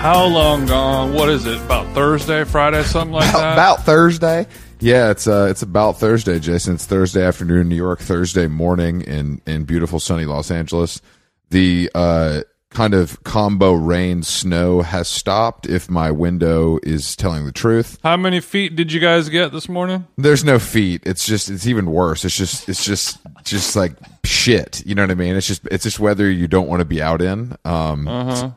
how long gone? What is it? About Thursday, Friday, something like about, that. about Thursday. Yeah, it's uh, it's about Thursday, Jason. It's Thursday afternoon in New York, Thursday morning in in beautiful sunny Los Angeles. The uh, kind of combo rain snow has stopped. If my window is telling the truth, how many feet did you guys get this morning? there's no feet. It's just it's even worse. It's just it's just just like shit. You know what I mean? It's just it's just weather you don't want to be out in. Um,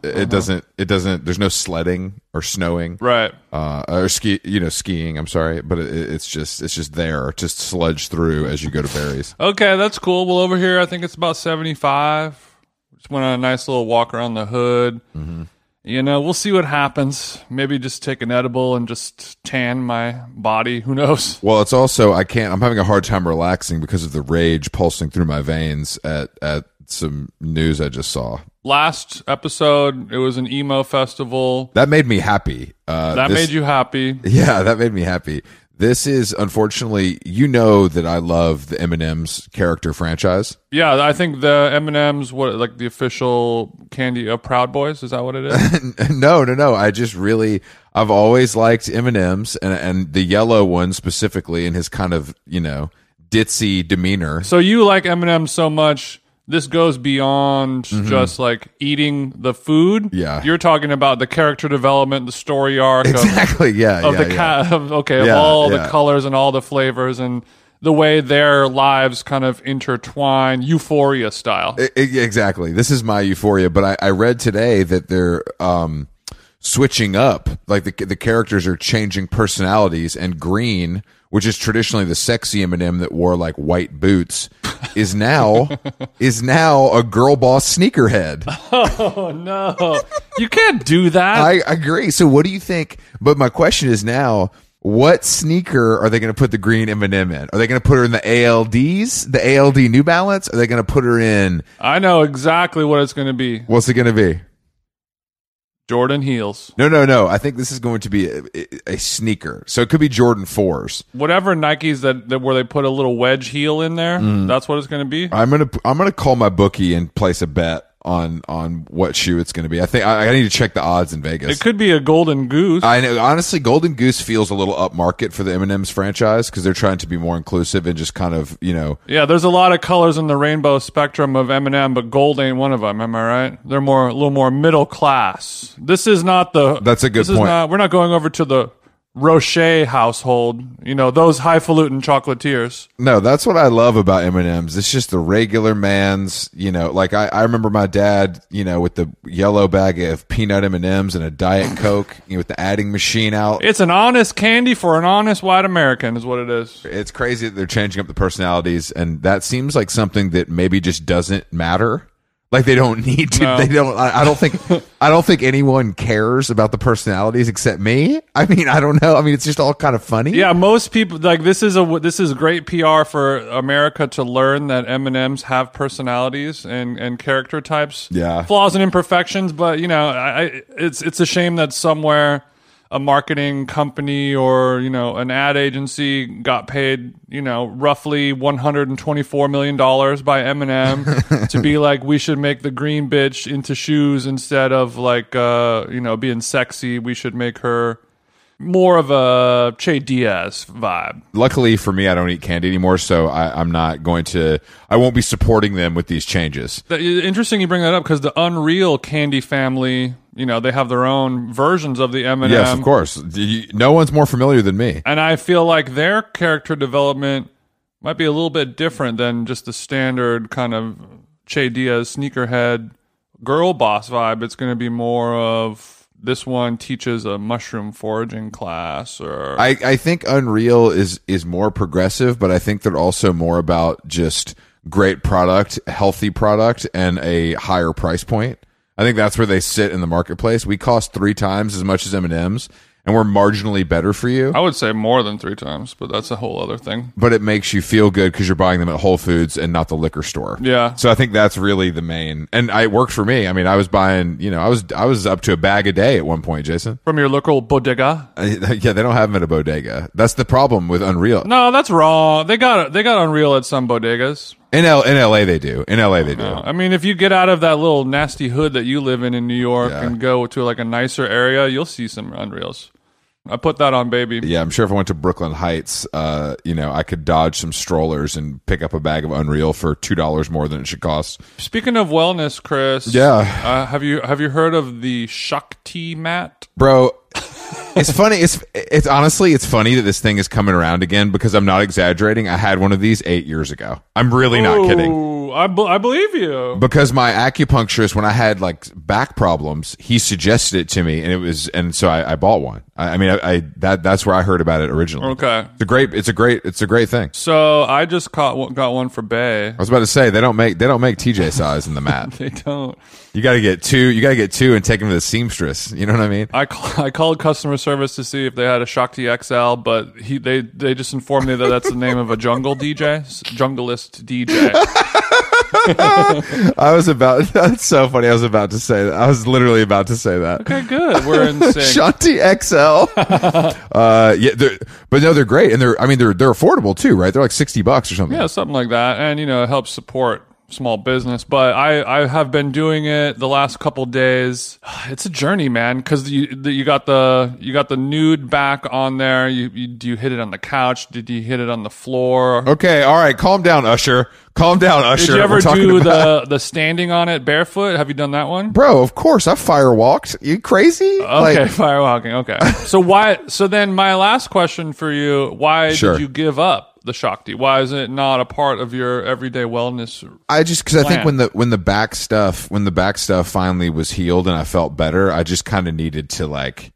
it doesn't it doesn't. There's no sledding or snowing Right. uh, or ski, you know, skiing. I'm sorry, but it, it's just it's just there, just sludge through as you go to berries. Okay, that's cool. Well, over here, I think it's about 75. Just went on a nice little walk around the hood. Mm-hmm. You know, we'll see what happens. Maybe just take an edible and just tan my body. Who knows? Well, it's also I can't. I'm having a hard time relaxing because of the rage pulsing through my veins at at some news I just saw. Last episode, it was an emo festival. That made me happy. Uh, That this- made you happy. Yeah, that made me happy. This is unfortunately, you know that I love the Eminem's character franchise. Yeah, I think the M&M's what like the official candy of Proud Boys, is that what it is? no, no, no. I just really, I've always liked M and M's, and and the yellow one specifically, and his kind of you know ditzy demeanor. so you like M&M's so much, this goes beyond just like eating the food. Mm-hmm. Yeah. You're talking about the character development, the story arc of Exactly. Yeah. of yeah, the yeah. ca- of, okay Yeah, of all yeah. the colors and all the flavors and the way their lives kind of intertwine euphoria style E- e- exactly. This is my euphoria. But I, I read today that they're um, switching up. Like the the characters are changing personalities, and Green, which is traditionally the sexy Eminem that wore like white boots, is now is now a girl boss sneakerhead. oh no you can't do that I agree. So what do you think? But my question is now. What sneaker are they going to put the green M&M in? Are they going to put her in the ALDs, the ALD New Balance? Are they going to put her in? I know exactly what it's going to be What's it going to be? jordan heels No, no, no. I think this is going to be a, a sneaker. So it could be Jordan 4s. whatever nikes that, that where they put a little wedge heel in there Mm. that's what it's going to be I'm going to I'm going to call my bookie and place a bet on on what shoe it's going to be. I think I, I need to check the odds in Vegas. it could be a golden goose I know honestly Golden Goose feels a little upmarket for the M&M's franchise cuz they're trying to be more inclusive and just kind of, you know, yeah there's a lot of colors in the rainbow spectrum of m&m but gold ain't one of them am i right they're more a little more middle class this is not the That's a good this is point. not- we're not going over to the Rocher household, you know, those highfalutin chocolatiers. No, that's what I love about M and M's. It's just the regular man's, you know. Like I, I remember my dad, you know, with the yellow bag of peanut M and M's and a diet coke, you know, with the adding machine out. It's an honest candy for an honest white American, is what it is. It's crazy that they're changing up the personalities, and that seems like something that maybe just doesn't matter. Like they don't need to. They don't. I, I don't think. I don't think anyone cares about the personalities except me. I mean, I don't know. I mean, it's just all kind of funny. Yeah, most people like this is a this is great PR for America to learn that M and M's have personalities and and character types, Yeah. flaws and imperfections. But you know, I, I, it's it's a shame that somewhere a marketing company or you know an ad agency got paid you know roughly 124 million dollars by Eminem to be like we should make the green bitch into shoes instead of like uh you know being sexy we should make her more of a Che Diaz vibe. luckily for me, I don't eat candy anymore, so I, I'm not going to. I won't be supporting them with these changes. That- Interesting you bring that up because the Unreal Candy family, you know, they have their own versions of the M&M. Yes, of course. Do you- No one's more familiar than me. And I feel like their character development might be a little bit different than just the standard kind of Che Diaz sneakerhead girl boss vibe. It's going to be more of this one teaches a mushroom foraging class or I, I think Unreal is is more progressive, but I think they're also more about just great product, healthy product, and a higher price point. I think that's where they sit in the marketplace. We cost three times as much as M and M's, and we're marginally better for you. I would say more than three times, but that's a whole other thing. but it makes you feel good because you're buying them at Whole Foods and not the liquor store. Yeah. So I think that's really the main. And I, it worked for me. I mean, I was buying, you know, I was I was up to a bag a day at one point, Jason. From your local bodega. I, yeah, they don't have them at a bodega. That's the problem with Unreal. No, that's wrong. They got they got Unreal at some bodegas. In L- in LA they do. In LA they do. I mean, if you get out of that little nasty hood that you live in in New York Yeah. and go to like a nicer area, you'll see some unreals. I put that on, baby. Yeah, I'm sure if I went to Brooklyn Heights, uh, you know, I could dodge some strollers and pick up a bag of Unreal for two dollars more than it should cost. Speaking of wellness, Chris. Yeah. Uh, have you have you heard of the Shakti mat? Bro, it's funny. It's it's honestly it's funny that this thing is coming around again because I'm not exaggerating. I had one of these eight years ago. I'm really not kidding. Ooh, I, be- I believe you. because my acupuncturist when i had like back problems he suggested it to me and it was and so i, I bought one I, I mean I, I that that's where i heard about it originally Okay. it's a great it's a great it's a great thing So I just caught one- got one for Bay. i was about to say they don't make they don't make tj size in the mat They don't. you got to get two you got to get two and take them to the seamstress you know what i mean I, call, I called customer service to see if they had a Shakti XL, but he they they just informed me that that's the name of a jungle DJ, s- jungleist DJ. i was about that's so funny i was about to say that i was literally about to say that Okay, good. We're in sync. Shanti XL, uh, yeah, they're- but no, they're great, and they're—I mean, they're—they're are affordable too, right? They're like sixty bucks or something. yeah, something like that, and you know, it helps support small business. But I I have been doing it the last couple days. It's a journey, man, because you the, you got the you got the nude back on there. You, you do you hit it on the couch? Did you hit it on the floor? Okay, all right, calm down, Usher. Calm down, Usher. Did you ever Oh, We're talking do about- the the standing on it barefoot? Have you done that one? Bro, of course, I firewalked. You crazy? Okay, Like, firewalking. Okay. So why? So then, my last question for you: Why Sure. did you give up the Shakti? Why is it not a part of your everyday wellness? I just because I think Plan. when the when the back stuff when the back stuff finally was healed and I felt better, I just kind of needed to like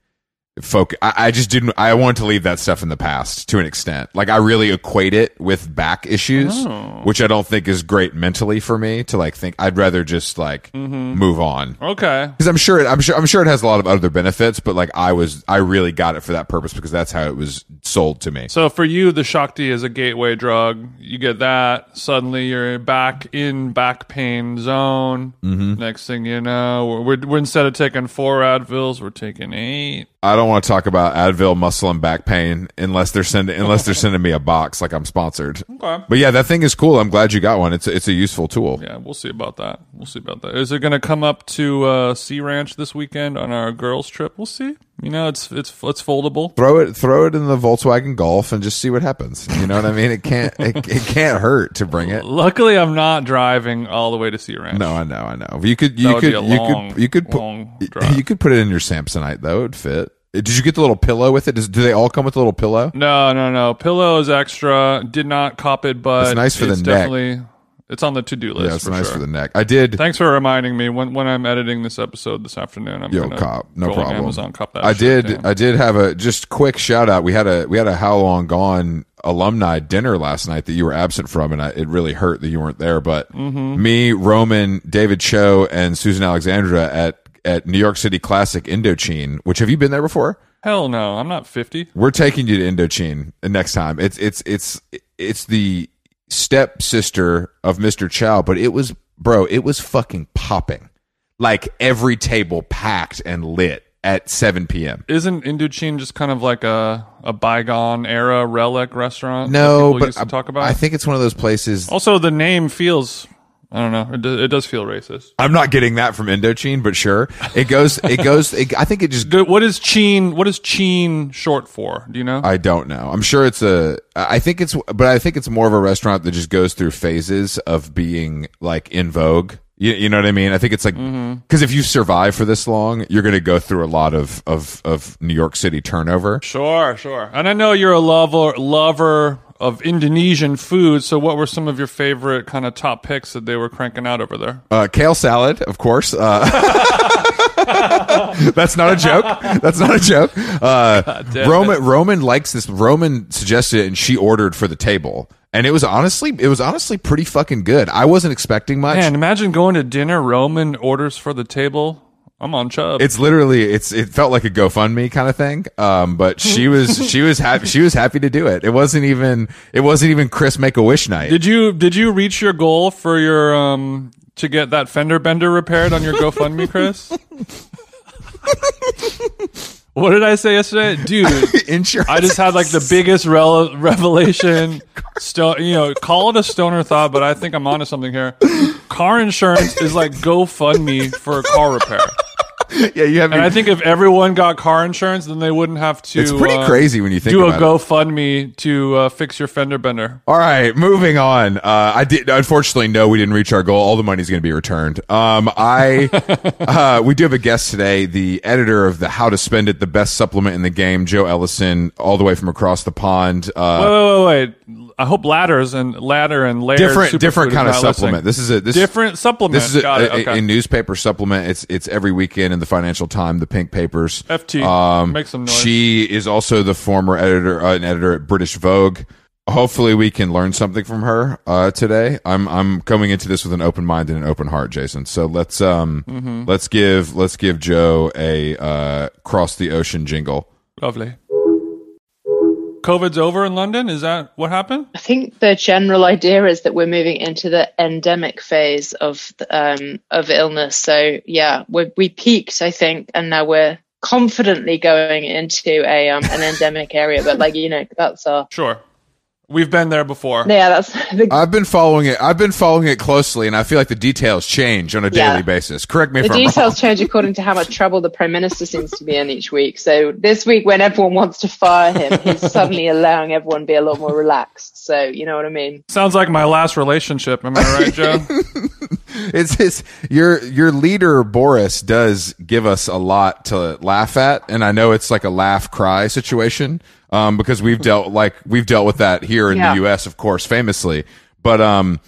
focus. I, I just didn't. I wanted to leave that stuff in the past to an extent. Like I really equate it with back issues, which I don't think is great mentally for me to like think. I'd rather just like move on. Okay. because I'm sure it, I'm sure I'm sure it has a lot of other benefits, but like I was I really got it for that purpose because that's how it was sold to me. So for you, the Shakti is a gateway drug. You get that suddenly, you're back in back pain zone. Mm-hmm. Next thing you know, we're, we're, we're instead of taking four Advils, we're taking eight. I don't want to talk about Advil, muscle, and back pain unless they're sending unless they're sending me a box like I'm sponsored. Okay. But yeah, that thing is cool. I'm glad you got one. It's a, it's a useful tool. Yeah, we'll see about that. We'll see about that. Is it going to come up to uh, Sea Ranch this weekend on our girls trip? We'll see. You know, it's it's it's foldable. Throw it throw it in the Volkswagen Golf and just see what happens. You know what I mean? It can't it, it can't hurt to bring it. Luckily, I'm not driving all the way to Sea Ranch. No, I know, I know. You could you That would could be a you long, could you could put long drive. you could put it in your Samsonite though. It'd fit. Did you get the little pillow with it? Does, do they all come with a little pillow? no, no, no. Pillow is extra. Did not cop it, but It's nice for the it's neck. Definitely, it's on the to do list. Yeah, it's for nice sure. for the neck. I did. Thanks for reminding me when when I'm editing this episode this afternoon. I'm Yo, gonna cop, no go on problem. Amazon, cop that. I shit, did. yeah. I did have a just quick shout out. We had a we had a how long gone alumni dinner last night that you were absent from, and I, it really hurt that you weren't there. But me, Roman, David Cho, and Susan Alexandra at at New York City Classic Indochine. Which have you been there before? Hell no, I'm not 50. We're taking you to Indochine next time. It's it's it's it's the stepsister of Mr. Chow, but it was bro, it was fucking popping. Like every table packed and lit at 7 p.m. Isn't Indochine just kind of like a a bygone era relic restaurant? that No, people but used to talk about. I think it's one of those places. Also, the name feels. I don't know. It, do, it does feel racist. I'm not getting that from Indochine, but sure, it goes. It goes. It, I think it just. Do, what is Cheen? What is Cheen short for? Do you know? I don't know. I'm sure it's a. I think it's, but I think it's more of a restaurant that just goes through phases of being like in vogue. You, you know what I mean? I think it's like because if you survive for this long, you're going to go through a lot of of of New York City turnover. sure, sure. And I know you're a lover lover of Indonesian food. So, what were some of your favorite kind of top picks that they were cranking out over there? Uh, kale salad, of course. Uh, that's not a joke. That's not a joke. Uh, damn Roman Roman likes this. Roman suggested it, and she ordered for the table, and it was honestly it was honestly pretty fucking good. I wasn't expecting much. Man, imagine going to dinner. Roman orders for the table. I'm on Chubb. It's literally it's it felt like a GoFundMe kind of thing. Um, but she was she was happy she was happy to do it. It wasn't even it wasn't even Chris Make a Wish night. did you did you reach your goal for your um to get that fender bender repaired on your GoFundMe, Chris? What did I say yesterday, dude? Insurance. I just had like the biggest rel- revelation. Sto- you know, call it a stoner thought, but I think I'm onto something here. Car insurance is like GoFundMe for a car repair, yeah, you have. and I think if everyone got car insurance, then they wouldn't have to. it's pretty uh, crazy when you think Do a about it. GoFundMe to uh, fix your fender bender. All right, moving on. Uh, I did unfortunately no, we didn't reach our goal. All the money's going to be returned. Um, I uh, we do have a guest today, the editor of the How to Spend It, the best supplement in the game, Joe Ellison, all the way from across the pond. Uh, Wait, wait, wait, wait. I hope ladders and ladder and layer different different kind of supplement. This is a this different supplement. This is a, Got it. a- a- Okay. a newspaper supplement. It's it's every weekend in the Financial Time, the Pink Papers. FT. Make some noise. um, She is also the former editor, uh, an editor at British Vogue. Hopefully, we can learn something from her uh, today. I'm I'm coming into this with an open mind and an open heart, Jason. So let's um let's give let's give Joe a uh, cross the ocean jingle. Lovely. COVID's over in London. Is that what happened? I think the general idea is that we're moving into the endemic phase of the, um, of illness. So yeah, we we peaked, I think, and now we're confidently going into a um, an endemic area. But like you know, that's our Sure. We've been there before. yeah, that's the, I've been following it. I've been following it closely, and I feel like the details change on a Yeah. daily basis. Correct me the if I'm wrong. details change according to how much trouble the prime minister seems to be in each week. So this week, when everyone wants to fire him, he's suddenly allowing everyone to be a lot more relaxed. So you know what I mean. Sounds like my last relationship. Am I right, Joe? It's, it's your your leader Boris does give us a lot to laugh at, and I know it's like a laugh cry situation um, because we've dealt like we've dealt with that here in Yeah. the U.S. of course, famously. But um,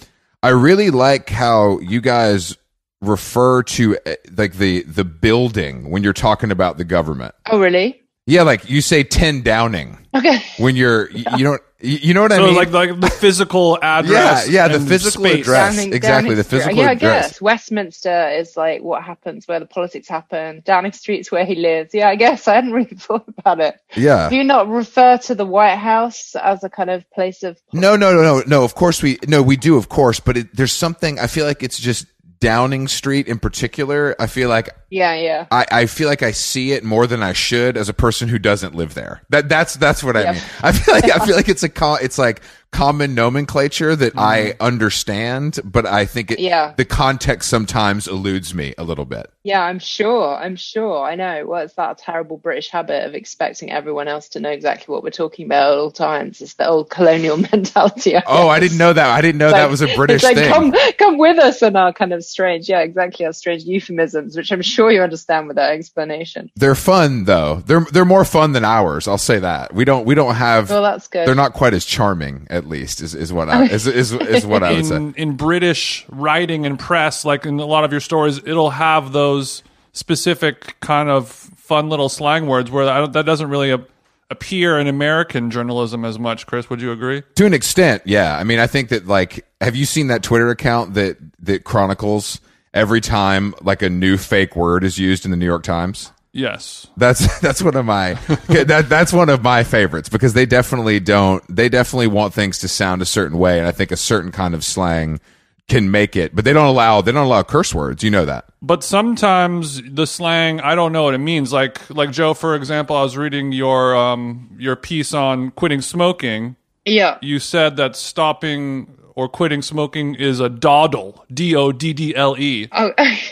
I really like how you guys refer to eh, like the the building when you're talking about the government. Oh really? Yeah, like you say ten Downing Okay. when you're you, you don't you you know what I so mean? like like the physical yeah, address. yeah, the and physical space. address Downing- exactly Downing the Street. physical yeah, I address. guess Westminster is like what happens where the politics happen. Downing Street's where he lives. Yeah, I guess I hadn't really thought about it. Yeah, Do you not refer to the White House as a kind of place of No, no, no, no, no. Of course we no, we do, of course. But it, there's something I feel like it's just Downing Street in particular. I feel like yeah, yeah. I, I feel like I see it more than I should as a person who doesn't live there. That that's that's what I Yeah. mean. I feel like I feel like it's a co- it's like common nomenclature that I understand, but I think it Mm-hmm. Yeah. the context sometimes eludes me a little bit. Yeah, I'm sure. I'm sure. I know. Well, it's that terrible British habit of expecting everyone else to know exactly what we're talking about at all times. It's the old colonial mentality. I Oh, I didn't know that. I didn't know that like- was a British it's like, thing. Come, come with us on our kind of strange, yeah, exactly, our strange euphemisms, which I'm sure you understand without explanation. they're fun though. They're they're more fun than ours. I'll say that. We don't we don't have Well, that's good. they're not quite as charming at least is, is what i is, is, is what i would say In, in British writing and press, like in a lot of your stories, it'll have those specific kind of fun little slang words where I don't, that doesn't really a- appear in American journalism as much. Chris, would you agree? to an extent yeah i mean i think that like have you seen that twitter account that that chronicles every time like a new fake word is used in the new york times Yes. that's that's one of my that that's one of my favorites because they definitely don't they definitely want things to sound a certain way and i think a certain kind of slang can make it but they don't allow they don't allow curse words you know that but sometimes the slang i don't know what it means like like joe for example i was reading your um your piece on quitting smoking yeah. you said that stopping or quitting smoking is a doddle d-o-d-d-l-e Oh, E.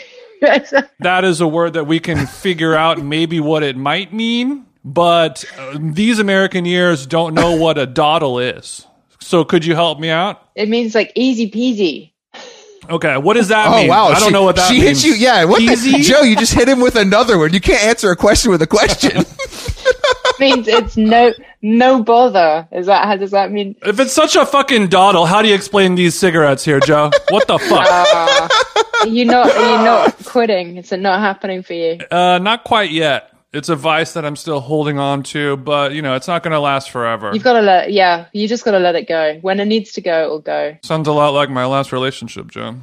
that is a word that we can figure out maybe what it might mean but uh, these american ears don't know what a doddle is so could you help me out it means like easy peasy. okay what does that Oh mean wow! i don't she, know what that she means hit you. Yeah, what the- Easy? Joe? You just hit him with another one. You can't answer a question with a question. It means it's no no bother. Is that how does that mean? If it's such a fucking dawdle, how do you explain these cigarettes here, Joe? What the fuck? Uh, you're not you're not quitting. It's not happening for you. Uh, not quite yet. It's a vice that I'm still holding on to, but you know, it's not going to last forever. You've got to let yeah. You just got to let it go. When it needs to go, it will go. Sounds a lot like my last relationship, Joe.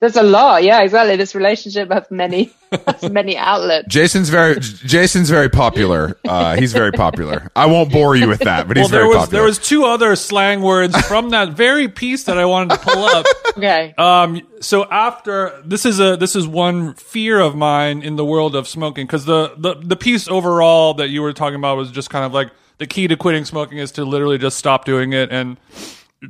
There's a lot. Yeah, exactly. This relationship has many has many outlets. Jason's very Jason's very popular. Uh, he's very popular. I won't bore you with that, but well, he's there very was popular. there was two other slang words from that very piece that I wanted to pull up. Okay. Um, so after this is a this is one fear of mine in the world of smoking because the, the the piece overall that you were talking about was just kind of like the key to quitting smoking is to literally just stop doing it and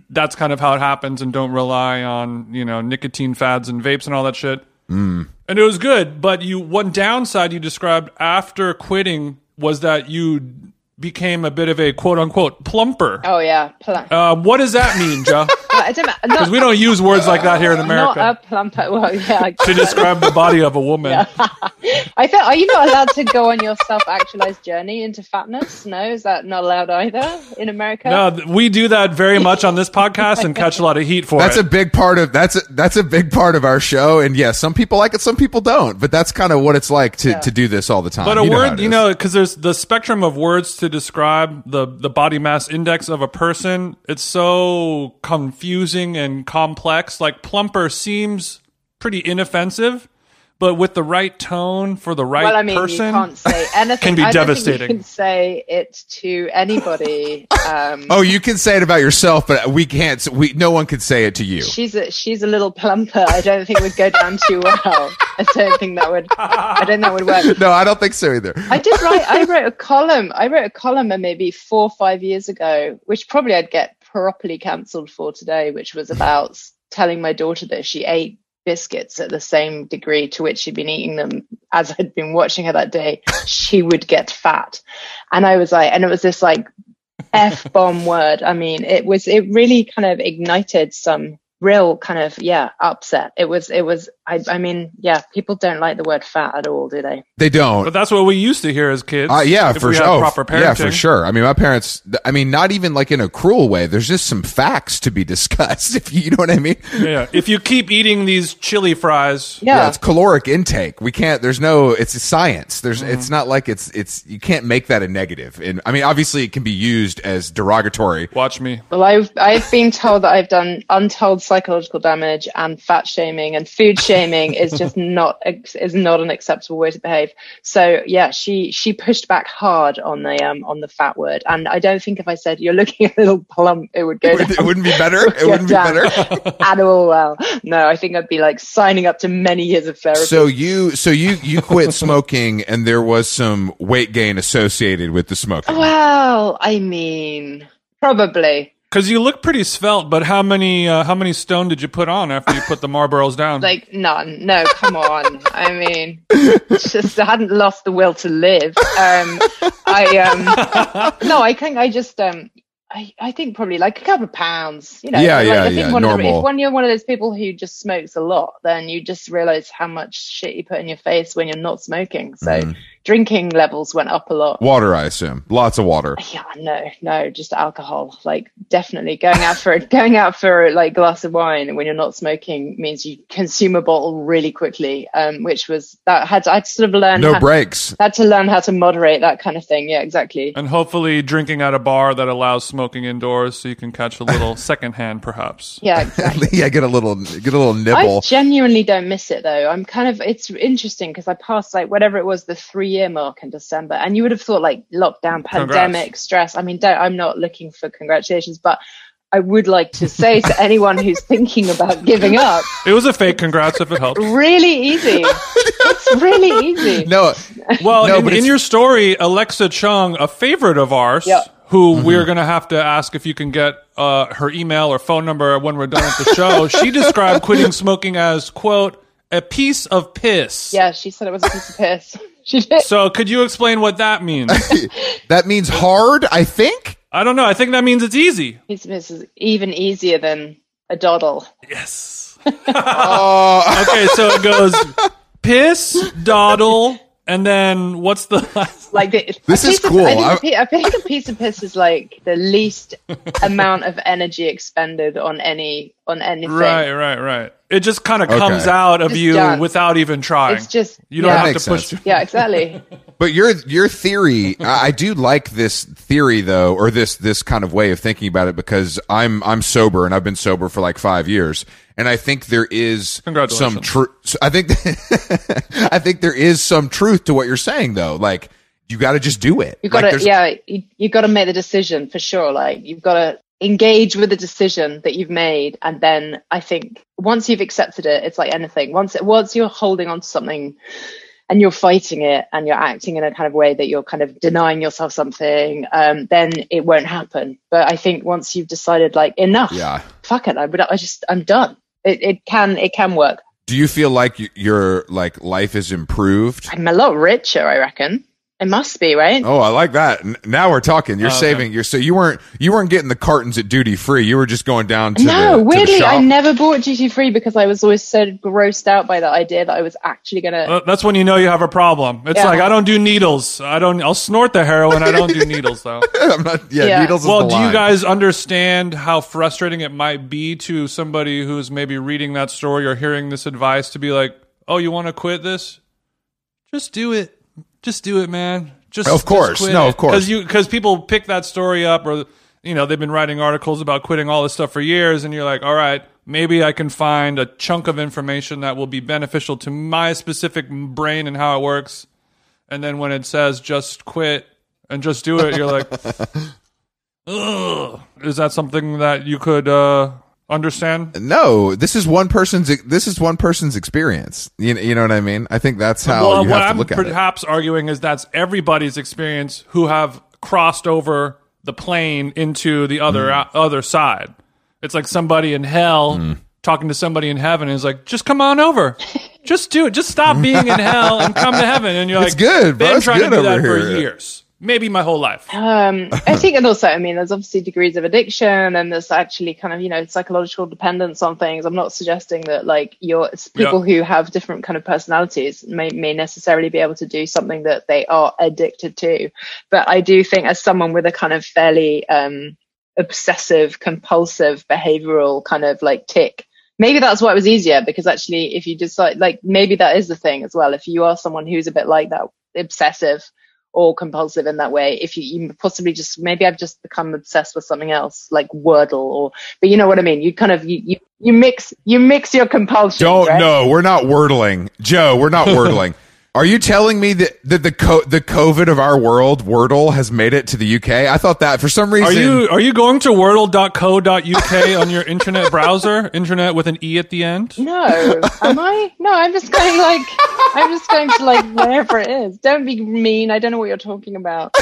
that's kind of how it happens and don't rely on you know nicotine fads and vapes and all that shit Mm. and it was good but you one downside you described after quitting was that you became a bit of a quote unquote plumper Oh yeah. Uh, Plum. uh, what does that mean joe I don't know. Not, because we don't use words like that here in not america a plumper. Well, yeah. I to describe the body of a woman I thought, are you not allowed to go on your self-actualized journey into fatness? No, is that not allowed either in America? no th- we do that very much on this podcast and catch a lot of heat for that's it a big part of that's a, that's a big part of our show. And yes, some people like it, some people don't. But that's kind of what it's like to, to do this all the time. But a You know how word, it you is. know, because there's the spectrum of words to describe the the body mass index of a person. It's so confusing and complex. Like plumper seems pretty inoffensive, but with the right tone for the right well, I mean, person, you can't say anything. can be I don't think devastating. you can say it to anybody. Um, Oh, you can say it about yourself, but we can't. We no one can say it to you. she's a she's a little plumper. I don't think would go down too well. I don't think that would. I don't think that would work. No, I don't think so either. I did write. I wrote a column. I wrote a column uh, maybe four or five years ago, which probably I'd get properly cancelled for today, which was about s- telling my daughter that she ate biscuits at the same degree to which she'd been eating them as I'd been watching her that day, she would get fat. And I was like, and it was this like f bomb word. I mean, it was it really kind of ignited some real kind of yeah upset. It was it was I I mean yeah, people don't like the word fat at all, do they? They don't. but that's what we used to hear as kids. Uh, yeah, if for we sure. had Oh, proper parenting. yeah, for sure. I mean, my parents. th- I mean, not even like in a cruel way. There's just some facts to be discussed. If you, you know what I mean. Yeah, if you keep eating these chili fries, Yeah. it's caloric intake. We can't. There's no. It's science. There's. Mm-hmm. It's not like it's. It's. You can't make that a negative. And I mean, obviously, it can be used as derogatory. watch me. Well, I've I've been told that I've done untold psychological damage, and fat shaming and food shaming is just not is not an acceptable way to behave. So yeah, she she pushed back hard on the um on the fat word, and I don't think if I said you're looking a little plump, it would go. It wouldn't be better. It down- wouldn't be down better. at all. Well, no, I think I'd be like signing up to many years of therapy. So you. So you. You quit smoking, and there was some weight gain associated with the smoking. well, I mean, probably Because you look pretty svelte, but how many uh, how many stone did you put on after you put the Marlboros down? like none. No, come on. I mean, it's just I hadn't lost the will to live. Um, I um, no, I think I just um, I, I think probably like a couple of pounds. You know, Yeah, like, yeah, I think yeah, One of the, normal. if when you're one of those people who just smokes a lot, then you just realize how much shit you put in your face when you're not smoking. So Mm. drinking levels went up a lot. Water, I assume. Lots of water. Yeah, no, no, just alcohol. Like definitely going out for going out for like glass of wine when you're not smoking means you consume a bottle really quickly. Um, which was that had I would sort of learned No how, breaks. had to learn how to moderate that kind of thing. Yeah, exactly. And hopefully drinking at a bar that allows smoking indoors so you can catch a little secondhand perhaps. Yeah, exactly. yeah, get a little. Get a little I nibble. genuinely don't miss it though. I'm kind of it's interesting because I passed like whatever it was the three year mark in December, and you would have thought like lockdown, pandemic, stress. I mean, don't, I'm not looking for congratulations, but I would like to say to anyone who's thinking about giving up, It was a fake congrats if it helps. really easy. It's really easy. no. Well, No, in, but in it's- your story, Alexa Chung, a favorite of ours, Yeah. who Mm-hmm. we're going to have to ask if you can get uh, her email or phone number when we're done with the show, she described quitting smoking as, quote, a piece of piss. Yeah, she said it was a piece of piss. She did. So could you explain what that means? That means hard. I think. I don't know. I think that means it's easy. Piece of piss is even easier than a doddle. Yes. Oh. Okay, so it goes piss, doddle, and then what's the last? Like the, This a is piece of- cool. I I'm- think, a, pe- I think a piece of piss is like the least amount of energy expended on any on anything. Right, right, right. It just kind of Okay. comes out of It's you done. without even trying. It's just you don't yeah, That have to makes push. sense. yeah, exactly. But your your theory, I, I do like this theory though, or this this kind of way of thinking about it, because I'm I'm sober and I've been sober for like five years, and I think there is Congratulations. some truth. I think I think there is some truth to what you're saying though. Like you got to just do it. you got Like, to there's- yeah you, you got to make the decision for sure like you've got to engage with the decision that you've made and then i think once you've accepted it it's like anything once it, once you're holding on to something and you're fighting it and you're acting in a kind of way that you're kind of denying yourself something um, then it won't happen but i think once you've decided like enough Yeah. fuck it i, would- I just i'm done it, it can it can work Do you feel like y- your like life is improved? i'm a lot richer i reckon it must be right Oh, I like that. N- Now we're talking. You're Oh, okay. saving. You're so you weren't you weren't getting the cartons at duty free. You were just going down to no, the, to the weirdly, shop. I never bought duty free because I was always so grossed out by the idea that I was actually gonna. Uh, That's when you know you have a problem. It's Yeah. like I don't do needles. I don't. I'll snort the heroin. I don't do needles though. I'm not. Yeah, Yeah. needles. is Well, the do you line. guys understand how frustrating it might be to somebody who's maybe reading that story or hearing this advice to be like, "Oh, you want to quit this? Just do it. Just do it, man. Just Of course. No, of course. because you because people pick that story up or you know they've been writing articles about quitting all this stuff for years, and you're like, all right. Maybe I can find a chunk of information that will be beneficial to my specific brain and how it works. And then when it says just quit and just do it, you're like, Ugh. Is that something that you could uh, understand? No, this is one person's. This is one person's experience. You, you know what I mean? I think that's how well, you what have I'm to look at it. perhaps arguing is that's everybody's experience who have crossed over the plane into the other Hmm. other side. It's like somebody in hell talking to somebody in heaven is like, just come on over. Just do it. Just stop being in hell and come to heaven. And you're It's like, good, bro. Been It's trying good to do over that for here." years, maybe my whole life. Uh. um, I think, and also, I mean, there's obviously degrees of addiction, and there's actually kind of you know psychological dependence on things. I'm not suggesting that like your it's people who have different kind of personalities may may necessarily be able to do something that they are addicted to, but I do think as someone with a kind of fairly um, obsessive, compulsive, behavioral kind of like tick. Maybe that's why it was easier because actually, if you decide, like, maybe that is the thing as well. If you are someone who's a bit like that, obsessive, or compulsive in that way if you, you possibly just maybe i've just become obsessed with something else like wordle or but you know what i mean you kind of you you, you mix you mix your compulsion Don't right? no, we're not wordling, Joe. We're not wordling. Are you telling me that, that the co- the COVID of our world, Wordle, has made it to the UK? I thought that for some reason. Are you are you going to wordle.co.uk on your internet browser? Internet with an e at the end. no am i no i'm just going like i'm just going to like wherever it is don't be mean i don't know what you're talking about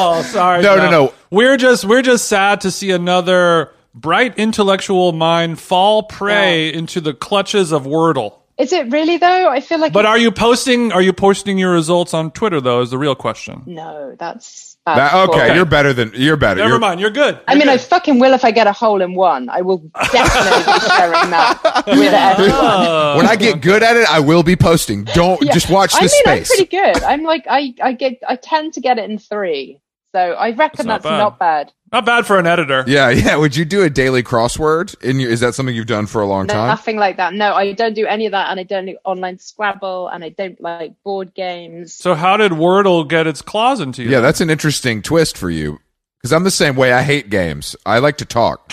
Oh, sorry. No, no, no. We're just we're just sad to see another bright intellectual mind fall prey into the clutches of Wordle. is it really though i feel like But are you posting are you posting your results on Twitter though is the real question. no that's That- okay, awful. you're better than you're better. Never You're- mind, you're good. I You're mean, I good. fucking will if I get a hole in one. I will definitely be sharing that with everyone. Uh, When I get good at it, I will be posting. Don't Yeah. just watch I the mean, space. I'm pretty good. I'm like, I, I get, I tend to get it in three. So I reckon That's that's, not not, bad. not bad for an editor. yeah, yeah. Would you do a daily crossword? In your, is that something you've done for a long No, time? nothing like that. No, I don't do any of that, and I don't do online Scrabble, and I don't like board games. So how did Wordle get its claws into you? Yeah, that's an interesting twist for you. Because I'm the same way. I hate games. I like to talk.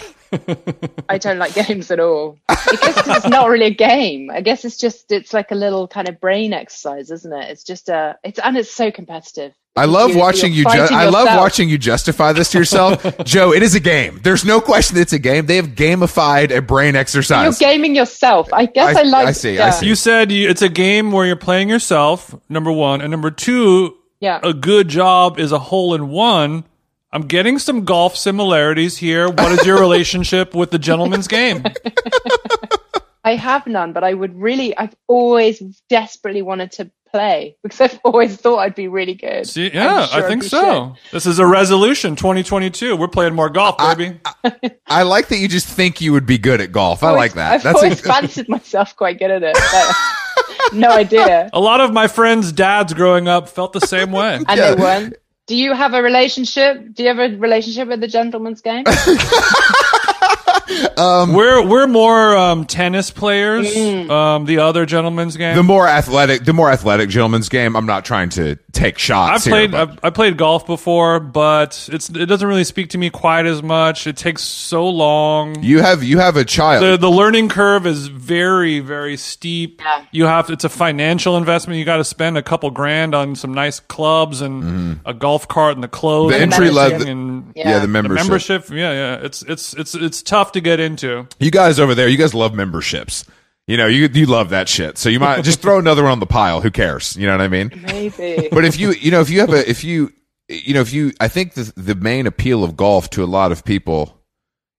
I don't like games at all. I guess 'cause it's not really a game. I guess it's just, it's like a little kind of brain exercise, isn't it? It's just a, it's and it's so competitive. I love You- watching you're you. Ju- fighting I love yourself. watching you justify this to yourself, Joe. It is a game. There's no question that it's a game. They have gamified a brain You're exercise. gaming yourself. I guess I- I, like. I see, I Yeah. see. You said you, it's a game where you're playing yourself, number 1, and number 2, Yeah. a good job is a hole in one. I'm getting some golf similarities here. What is your relationship with the gentleman's game? I have none, but I would really, I've always desperately wanted to play because I've always thought I'd be really good. See, yeah, I'm sure I think I'd be so. This is a resolution 2022. We're playing more golf, baby. I like that you just think you would be good at golf. I I've like that. I've That's always a, fancied myself quite good at it. but no idea. a lot of my friends' dads growing up felt the same way. And Yeah. they weren't. Do you have a relationship? Do you have a relationship with the gentleman's game? we're we're more um, tennis players. Um, the other gentleman's game. the more athletic, the more athletic gentleman's game. I'm not trying to take shots. I've played here, but- I've, I played golf before, but it's it doesn't really speak to me quite as much. It takes so long. you have you have a child. The, the learning curve is very very steep. You have it's a financial investment. You got to spend a couple grand on some nice clubs and a golf cart and the clothes. Mm-hmm. The and entry everything level- and yeah. the the membership. membership. Yeah, yeah. It's it's it's it's tough to get into. You guys over there, you guys love memberships. You know, you you love that shit. So you might just throw another one on the pile. Who cares? You know what I mean? Maybe. but if you you know if you have a if you you know if you i think the, the main appeal of golf to a lot of people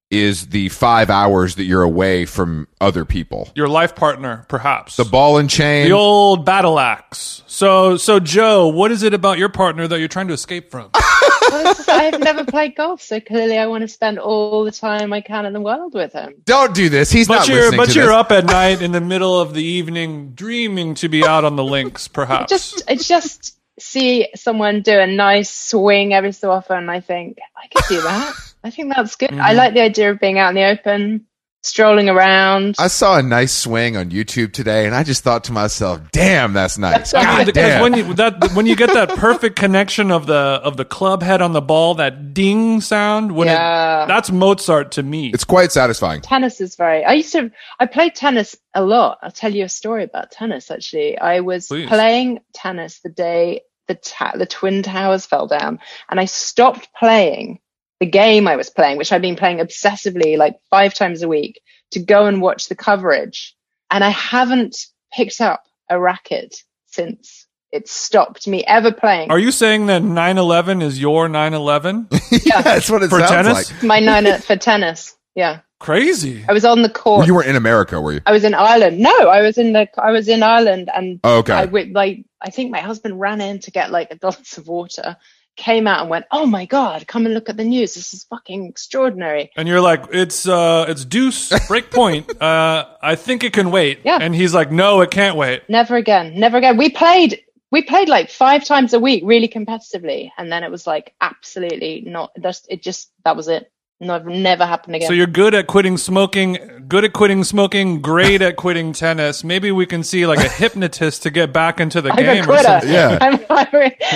is the five hours that you're away from other people Your life partner, perhaps. the ball and chain The old battle axe. So, so Joe, what is it about your partner that you're trying to escape from? Well, it's just that I've never played golf, so clearly I want to spend all the time I can in the world with him. don't do this he's But not you're listening but to you're this. up at night in the middle of the evening, dreaming to be out on the links, perhaps. Just, I just see someone do a nice swing every so often. and I think I could do that. I think that's good. I like the idea of being out in the open, strolling around. i saw a nice swing on youtube today and i just thought to myself damn that's nice That's right. God because damn. when you that when you get that perfect connection of the of the club head on the ball, that ding sound when it- Yeah. that's Mozart to me. it's quite satisfying tennis is very i used to i played tennis a lot i'll tell you a story about tennis actually i was Please. playing tennis the day the ta- the twin towers fell down and i stopped playing the game i was playing which i've been playing obsessively like five times a week to go and watch the coverage and i haven't picked up a racket since it stopped me ever playing Are you saying that 9/11 is your 9/11? yeah, that's what it For sounds tennis? like my nine for tennis yeah Crazy. i was on the court well, you weren't in america were you I was in Ireland. No, I was in the I was in Ireland, and Oh, okay. I went, like I think my husband ran in to get like a glass of water, came out and went, "Oh my god, come and look at the news. This is fucking extraordinary." And you're like, it's uh, it's Deuce break point. Uh, I think it can wait. Yeah. And he's like, no, it can't wait. Never again, never again. We played we played like five times a week, really competitively, and then it was like absolutely not. That's it. Just that was it. No, never happened again. So you're good at quitting smoking, good at quitting smoking, great at quitting tennis. Maybe we can see like a hypnotist to get back into the I'm a game or quitter. something. Yeah. I'm, I'm-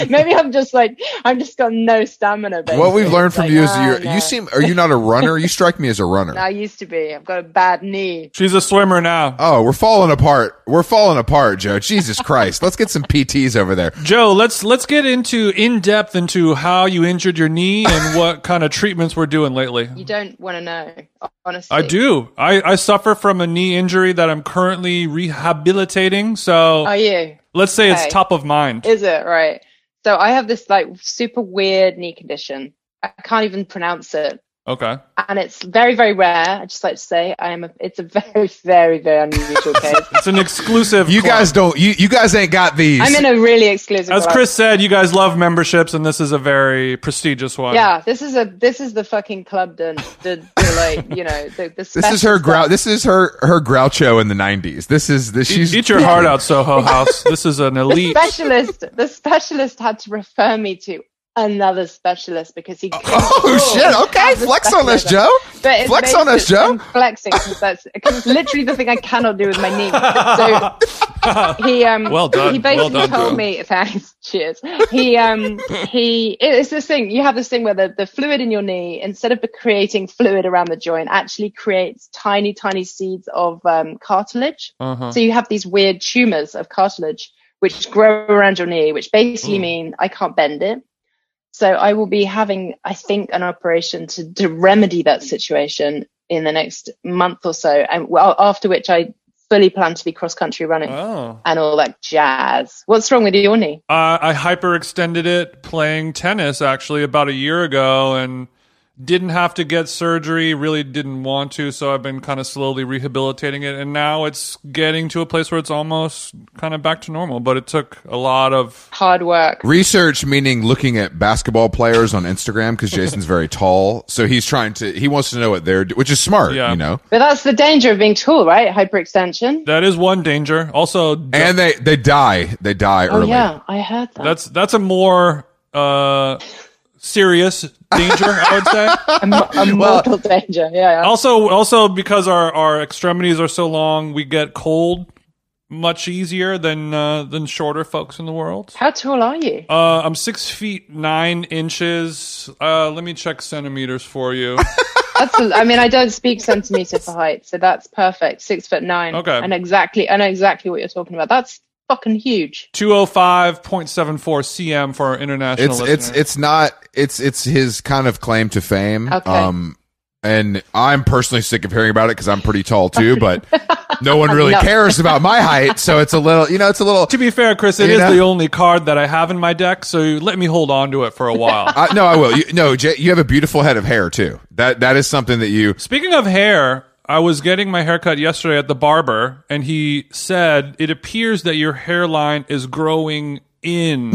maybe I'm just like I'm just got no stamina. Basically. what we've learned from Like, you is ah, you're, no. you seem are you not a runner you strike me as a runner I used to be. I've got a bad knee. She's a swimmer now. Oh, we're falling apart. We're falling apart, Joe. Jesus Christ. Let's get some PTs over there. Joe, let's let's get into in depth into how you injured your knee and what kind of treatments we're doing lately. You don't want to know, honestly. I do. I, I suffer from a knee injury that I'm currently rehabilitating. So Are you? let's say Oh, okay. it's top of mind. Is it right? So I have this like super weird knee condition. I can't even pronounce it, Okay. and it's very, very rare. I just like to say I am. A, it's a very, very, very unusual case. It's an exclusive. You club. guys don't you, you guys ain't got these. I'm in a really exclusive. As club. Chris said, you guys love memberships, and this is a very prestigious one. Yeah, this is a this is the fucking club. Done. The, the like you know the, the this is her special grou- this is her her Groucho in the 90s. This is this E-, Eat, she's eat your heart out, Soho House. This is an elite. specialist. The specialist had to refer me to another specialist because he. Oh shit. Okay. This Flex on us, specialist. Joe. But it Flex makes on us, it- Joe. I'm flexing because that's because it's literally the thing I cannot do with my knee. So he um Well done. he basically Well done, told Joe. me thanks. Cheers. He um he it's this thing you have this thing where the, the fluid in your knee instead of creating fluid around the joint actually creates tiny tiny seeds of um, cartilage. Uh-huh. So you have these weird tumors of cartilage which grow around your knee, which basically mean I can't bend it. So I will be having, I think, an operation to, to remedy that situation in the next month or so, and well, after which I fully plan to be cross country running Oh. and all that jazz. What's wrong with your knee? Uh, I hyperextended it playing tennis actually about a year ago, and didn't have to get surgery. Really didn't want to, so I've been kind of slowly rehabilitating it, and now it's getting to a place where it's almost kind of back to normal. But it took a lot of. Hard work. Research meaning looking at basketball players on Instagram because Jason's very tall, so he's trying to he wants to know what they're do- which is smart, Yeah. you know. But that's the danger of being tall, right? Hyperextension. That is one danger. Also, And they they die they die Oh early. yeah, I heard that. That's that's a more uh, serious danger, I would say. a, mo- a mortal danger. Yeah. yeah. Also, also because our our extremities are so long, we get cold. much easier than uh, than shorter folks in the world. How tall are you? Uh, I'm six feet nine inches. Uh, let me check centimeters for you. That's a, I mean, I don't speak centimeter for height, so that's perfect. Six foot nine. Okay. And exactly, I know exactly what you're talking about. That's fucking huge. 205.74 cm for our international It's listeners. it's it's not it's it's his kind of claim to fame. Okay. Um, and I'm personally sick of hearing about it because I'm pretty tall too, but no one really No. cares about my height, so it's a little you know it's a little. to be fair, Chris, it You is know- the only card that I have in my deck, so let me hold on to it for a while. I, no, I will. You, no, Jay, you have a beautiful head of hair too. That that is something that you. Speaking of hair, I was getting my haircut yesterday at the barber, and he said, It appears that your hairline is growing in.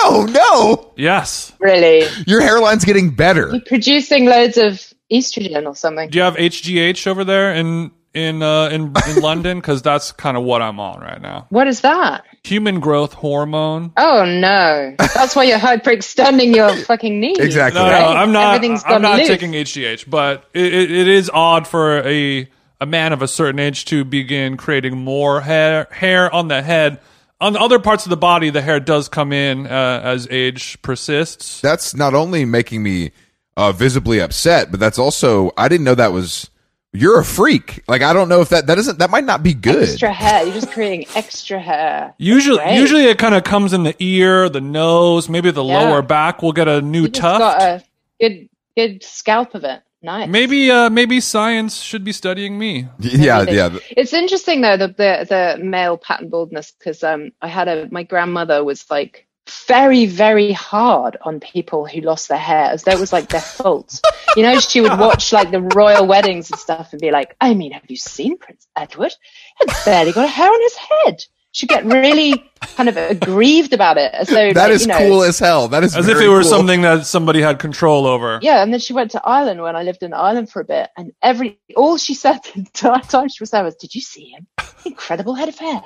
No, no, yes. Really? your hairline's getting better. You're producing loads of estrogen or something. Do you have HGH over there in in uh, in, in London? Because that's kind of what I'm on right now. What is that? Human growth hormone. Oh no. That's why you're hyperextending your fucking knee. Exactly. No, no, Right. I'm not. Everything's I'm gone not loose. taking HGH, but it, it, it is odd for a a man of a certain age to begin creating more hair hair on the head. On the other parts of the body, the hair does come in uh, as age persists. That's not only making me uh, visibly upset, but that's also I didn't know that was. You're a freak. Like I don't know if that that isn't that might not be good. Extra hair. You're just creating extra hair. Usually, Great. usually it kind of comes in the ear, the nose, maybe the Yeah. lower back. We'll get a new You just got tuft. a good good scalp of it. Nice. maybe, uh, maybe science should be studying me. Yeah, everything. yeah. It's interesting though the the, the male pattern baldness because um I had a my grandmother was like very very hard on people who lost their hair as though it was like their fault. You know she would watch like the royal weddings and stuff and be like, I mean, have you seen Prince Edward? He'd barely got a hair on his head. She'd get really kind of aggrieved about it as though That like, is you know, cool as hell. That is As if very it were cool. something that somebody had control over. yeah, and then she went to Ireland when I lived in Ireland for a bit, and every all she said the entire time she was there was, "Did you see him? Incredible head of hair,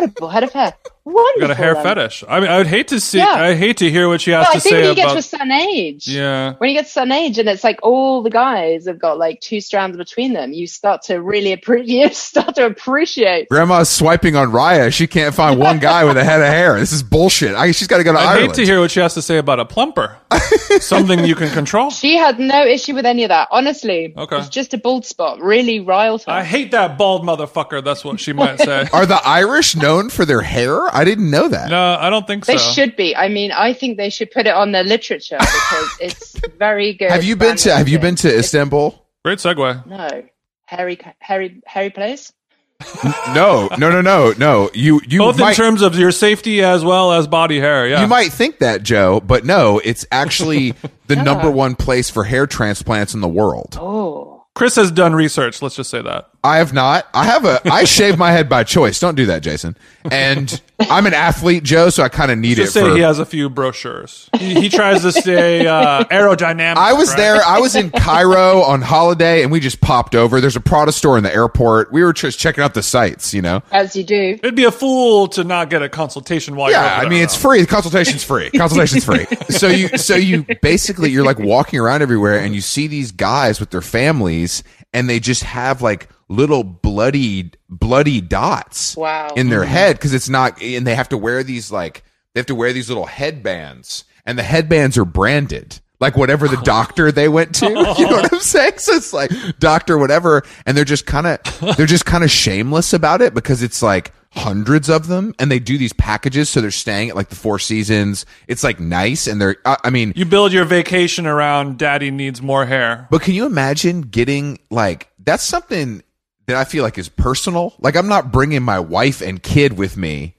incredible head of hair, wonderful." Got a hair man." fetish. I mean, I would hate to see. Yeah. I hate to hear what she has Well, I to think when say you get about. to a certain age, yeah. when you get to a certain age, and it's like all the guys have got like two strands between them, you start to really appreciate. You start to appreciate. Grandma's swiping on Raya. She can't find one guy with a head of hair. This is bullshit. I, she's got to go to I'd Ireland. hate to hear what she has to say about a plumper. Something you can control. She had no issue with any of that, honestly. Okay. it's just a bald spot, really riled her. I hate that bald motherfucker. That's what she might say. Are the Irish known for their hair? I didn't know that. No, I don't think so. They should be. I mean, I think they should put it on their literature because it's very good. Have you been to Have you been to Istanbul? Great segue. No, hairy, hairy, hairy place. No, no, no, no, no. You you Both in might terms of your safety as well as body hair. Yeah. you might think that Joe, but no, it's actually the number one place for hair transplants in the world. Oh, Chris has done research. Let's just say that. I have not. I have a. I shave my head by choice. Don't do that, Jason. And I'm an athlete, Joe, so I kind of need Just it. say for, he has a few brochures. He, he tries to stay uh, aerodynamic. I was right? there. I was in Cairo on holiday, and we just popped over. There's a Prada store in the airport. We were just checking out the sights, you know. as you do. It'd be a fool to not get a consultation while you're Yeah, over I there, mean it's though. free. The consultation's free. Consultation's free. So you, so you basically you're like walking around everywhere, and you see these guys with their families, and they just have like little bloody, bloody dots Wow. in their head because it's not, and they have to wear these like they have to wear these little headbands, and the headbands are branded. Like whatever the doctor they went to, you know what I'm saying? So it's like doctor whatever, and they're just kind of they're just kind of shameless about it because it's like hundreds of them, and they do these packages, so they're staying at like the Four Seasons. It's like nice, and they're I, I mean, You build your vacation around daddy needs more hair. but can you imagine getting like that's something that I feel like is personal. Like I'm not bringing my wife and kid with me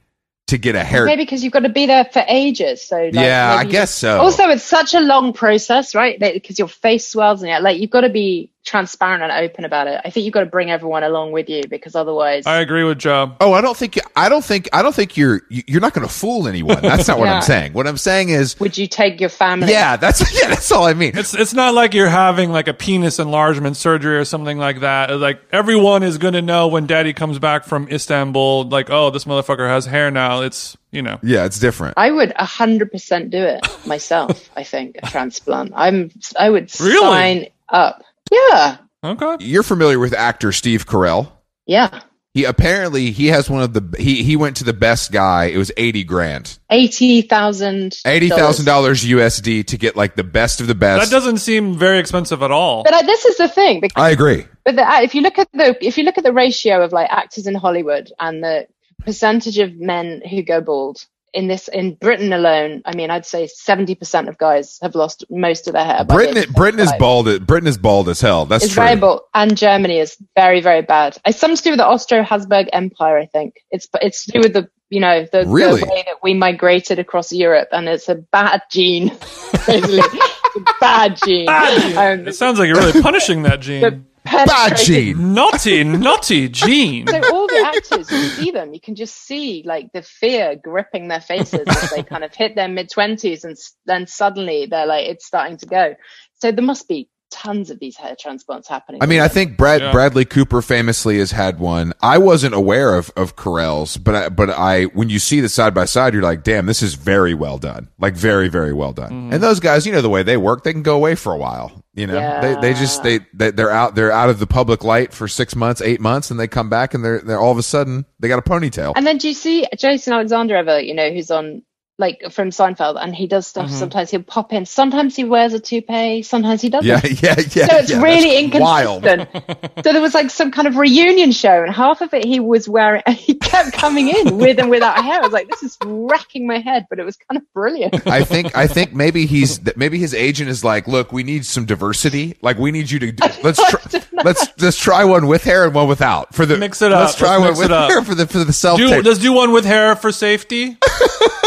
to get a hair. Maybe because you've got to be there for ages. So like, yeah, maybe I you guess so. Also, it's such a long process, right? Because your face swells and yeah, like you've got to be transparent and open about it. I think you've got to bring everyone along with you because otherwise, I agree with Joe. Oh, I don't think I don't think I don't think you're you- you're not going to fool anyone. That's not what Yeah. I'm saying. What I'm saying is, would you take your family? yeah, that's yeah, that's all I mean. It's it's not like you're having like a penis enlargement surgery or something like that. Like everyone is going to know when daddy comes back from Istanbul like, "Oh, this motherfucker has hair now." It's, you know. yeah, it's different. I would hundred percent do it myself. I think a transplant. I'm. I would Really? sign up. Yeah. Okay. You're familiar with actor Steve Carell? Yeah. He apparently he has one of the he he went to the best guy. It was eighty grand, Eighty thousand. eighty thousand dollars USD to get like the best of the That best. doesn't seem very expensive at all. But uh, this is the thing. Because, I agree. but the, uh, if you look at the if you look at the ratio of like actors in Hollywood and the percentage of men who go bald in this in Britain alone, I mean, I'd say seventy percent of guys have lost most of their hair. by the Britain age of Britain is 25. bald. Britain is bald as hell. That's It's true. very bald, and Germany is very very bad. It's something to do with the Austro-Habsburg Empire, I think. It's it's to do with the you know the, the Really? way that we migrated across Europe, and it's a bad gene. basically. It's a bad gene. Um, It sounds like you're really punishing that the gene. Bad penetrated- gene. Naughty, naughty gene. So all the actors, you see them, you can just see like the fear gripping their faces as they kind of hit their mid twenties, and s- then suddenly they're like, it's starting to go. So there must be tons of these hair transplants happening. I mean, I think Brad Yeah. Bradley Cooper famously has had one. I wasn't aware of of Carell's, but I, but I when you see the side by side, you're like, damn, this is very well done, like very very well done. And those guys, you know, the way they work, they can go away for a while. You know, they they just they, they they're out they're out of the public light for six months, eight months, and they come back and they're they're all of a sudden they got a ponytail. And then do you see Jason Alexander ever, you know, who's on like from Seinfeld and he does Mm-hmm. stuff sometimes he'll pop in. Sometimes he wears a toupee, sometimes he doesn't. yeah, yeah, yeah. so it's yeah, really that's wild. inconsistent. so there was like some kind of reunion show, and half of it he was wearing, and he kept coming in with and without hair. I was like, this is wrecking my head, but it was kind of brilliant. I think I think maybe he's that maybe his agent is like, look, we need some diversity. Like we need you to do, let's tr- let's let's try one with hair and one without for the Mix it Let's up. try Let's one mix with it up. hair for the for the self Do, tape. let's do one with hair for safety.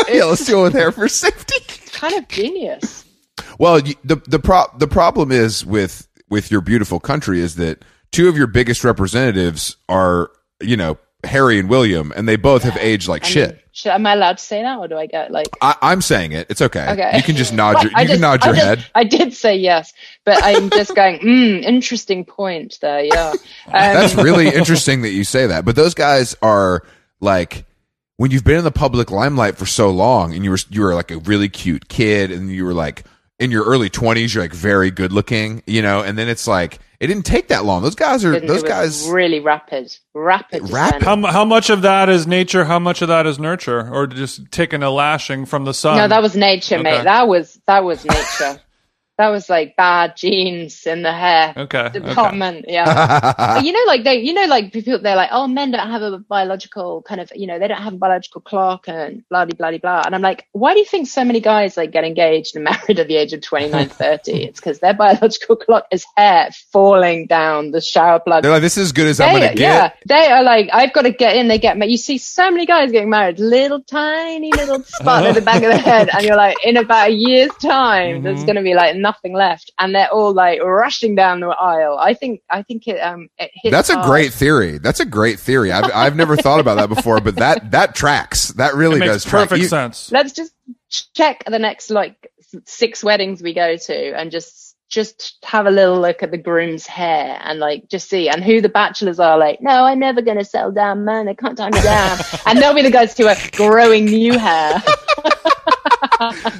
Yeah, let's do one with hair for safety. kind of genius. Well, you, the the pro- the problem is with with your beautiful country is that two of your biggest representatives are you know Harry and William, and they both have aged like I mean, shit. Should, am I allowed to say that, or do I get like? I, I'm saying it. It's okay. Okay. You can just nod your you I can just- nod I your just- head. I did say yes, but I'm just going. Mm, interesting point there. Yeah, um, That's really interesting that you say that. But those guys are like when you've been in the public limelight for so long and you were you were like a really cute kid and you were like in your early 20s you're like very good looking, you know, and then it's like it didn't take that long. Those guys are didn't- those it was guys really rapid, rapid, Rapid? descent. How, mu- how much of that is nature? How much of that is nurture? Or just taking a lashing from the sun? No, that was nature, Um, okay. mate. That was that was nature. that was like bad genes in the hair Okay, okay. department. Yeah, But you know, like they, you know, like people, they're like, oh, men don't have a biological kind of, you know, they don't have a biological clock and blah blah blah blah. And I'm like, why do you think so many guys like get engaged and married at the age of 29, 30? It's because their biological clock is hair falling down the shower plug they're like this is as good as I'm they- going to Yeah, get. they are like, I've got to get in. They get married. You see so many guys getting married, little tiny little spot at the back of the head, and you're like, in about a year's time, Mm-hmm. there's going to be like nothing left, and they're all like rushing down the aisle. I think, I think it um, it hits That's a hard. great theory. That's a great theory. I've I've never thought about that before, but that that tracks. That really it makes does track. perfect You- sense. Let's just check the next like s- six weddings we go to, and just just have a little look at the groom's hair and like just see and who the bachelors are like no i'm never going to settle down man i can't tie me down and they'll be the guys who are growing new hair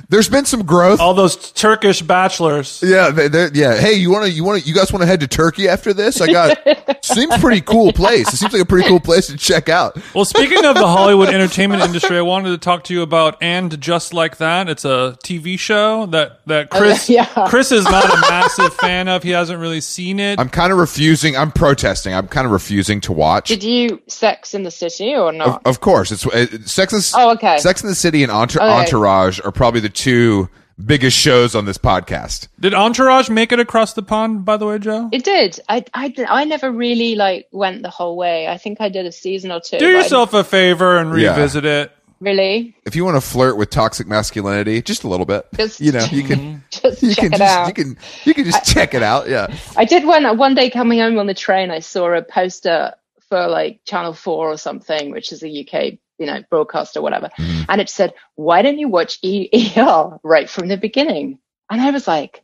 There's been some growth. All those Turkish bachelors. Yeah, they, they're, yeah. Hey, you want to? You want to? You guys want to head to Turkey after this? I got. seems pretty cool place. It seems like a pretty cool place to check out. Well, speaking of the Hollywood entertainment industry, I wanted to talk to you about "And Just Like That." It's a TV show that that Chris Oh, yeah. Chris is not a massive fan of. He hasn't really seen it. I'm kind of refusing. I'm protesting. I'm kind of refusing to watch. Did you Sex in the City or of, not? of course, it's it, Sex and Oh, okay. Sex and the City and Entour- Okay. Entourage are probably the two biggest shows on this podcast. Did Entourage make it across the pond? By the way, Joe. It did. I, I, did- I never really like went the whole way. I think I did a season or two. Do but I yourself a favor and Yeah. revisit it. didn't really If you want to flirt with toxic masculinity, just a little bit, Just- you know, you can. Mm-hmm. just You check can it just out. you can you can just check it out. Yeah. I did one one day coming home on the train. I saw a poster for like Channel Four or something, which is a UK you know broadcast or whatever, and E it said, "Why don't you watch EER right from the beginning?" And I was like,